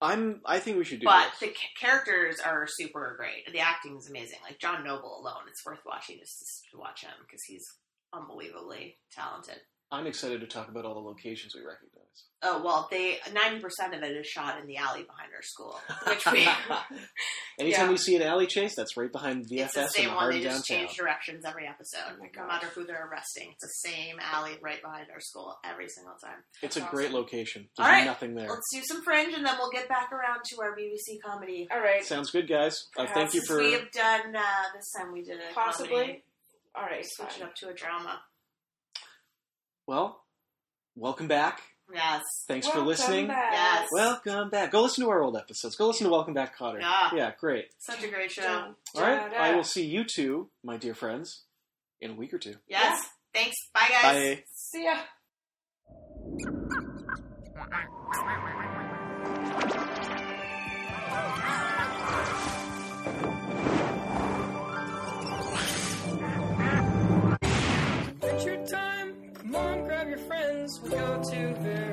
I'm. I think we should do
But
this.
the ca- characters are super great. The acting is amazing. Like John Noble alone, it's worth watching just to watch him because he's unbelievably talented.
I'm excited to talk about all the locations we recognize. is.
Oh well, they ninety percent of it is shot in the alley behind our school, which we.
Anytime
Yeah.
we see an alley chase, that's right behind VFS
It's the
and
same one.
hard
They
downtown.
just change directions every episode,
Oh my
no
gosh.
matter who they're arresting. It's the same alley right behind our school every single time.
It's a
Awesome.
great location. There's
All right.
nothing there.
Let's do some Fringe, and then we'll get back around to our BBC comedy.
All right.
Sounds good, guys. Uh, thank you
Since
for.
We have done uh, this time. We did a comedy.
Possibly. All right.
switch it
fine.
up to a drama.
Well, welcome back.
Yes.
Thanks for
Welcome
listening.
back.
Yes.
Welcome back. Go listen to our old episodes. Go listen to Welcome Back, Cotter.
Yeah.
great.
Such a great show.
Dun,
All right.
dun,
I
dun.
will see you two, my dear friends, in a week or two.
Yes. Thanks. Bye, guys.
Bye.
See ya.
Adventure time! Come on, grab your friends. We'll go to the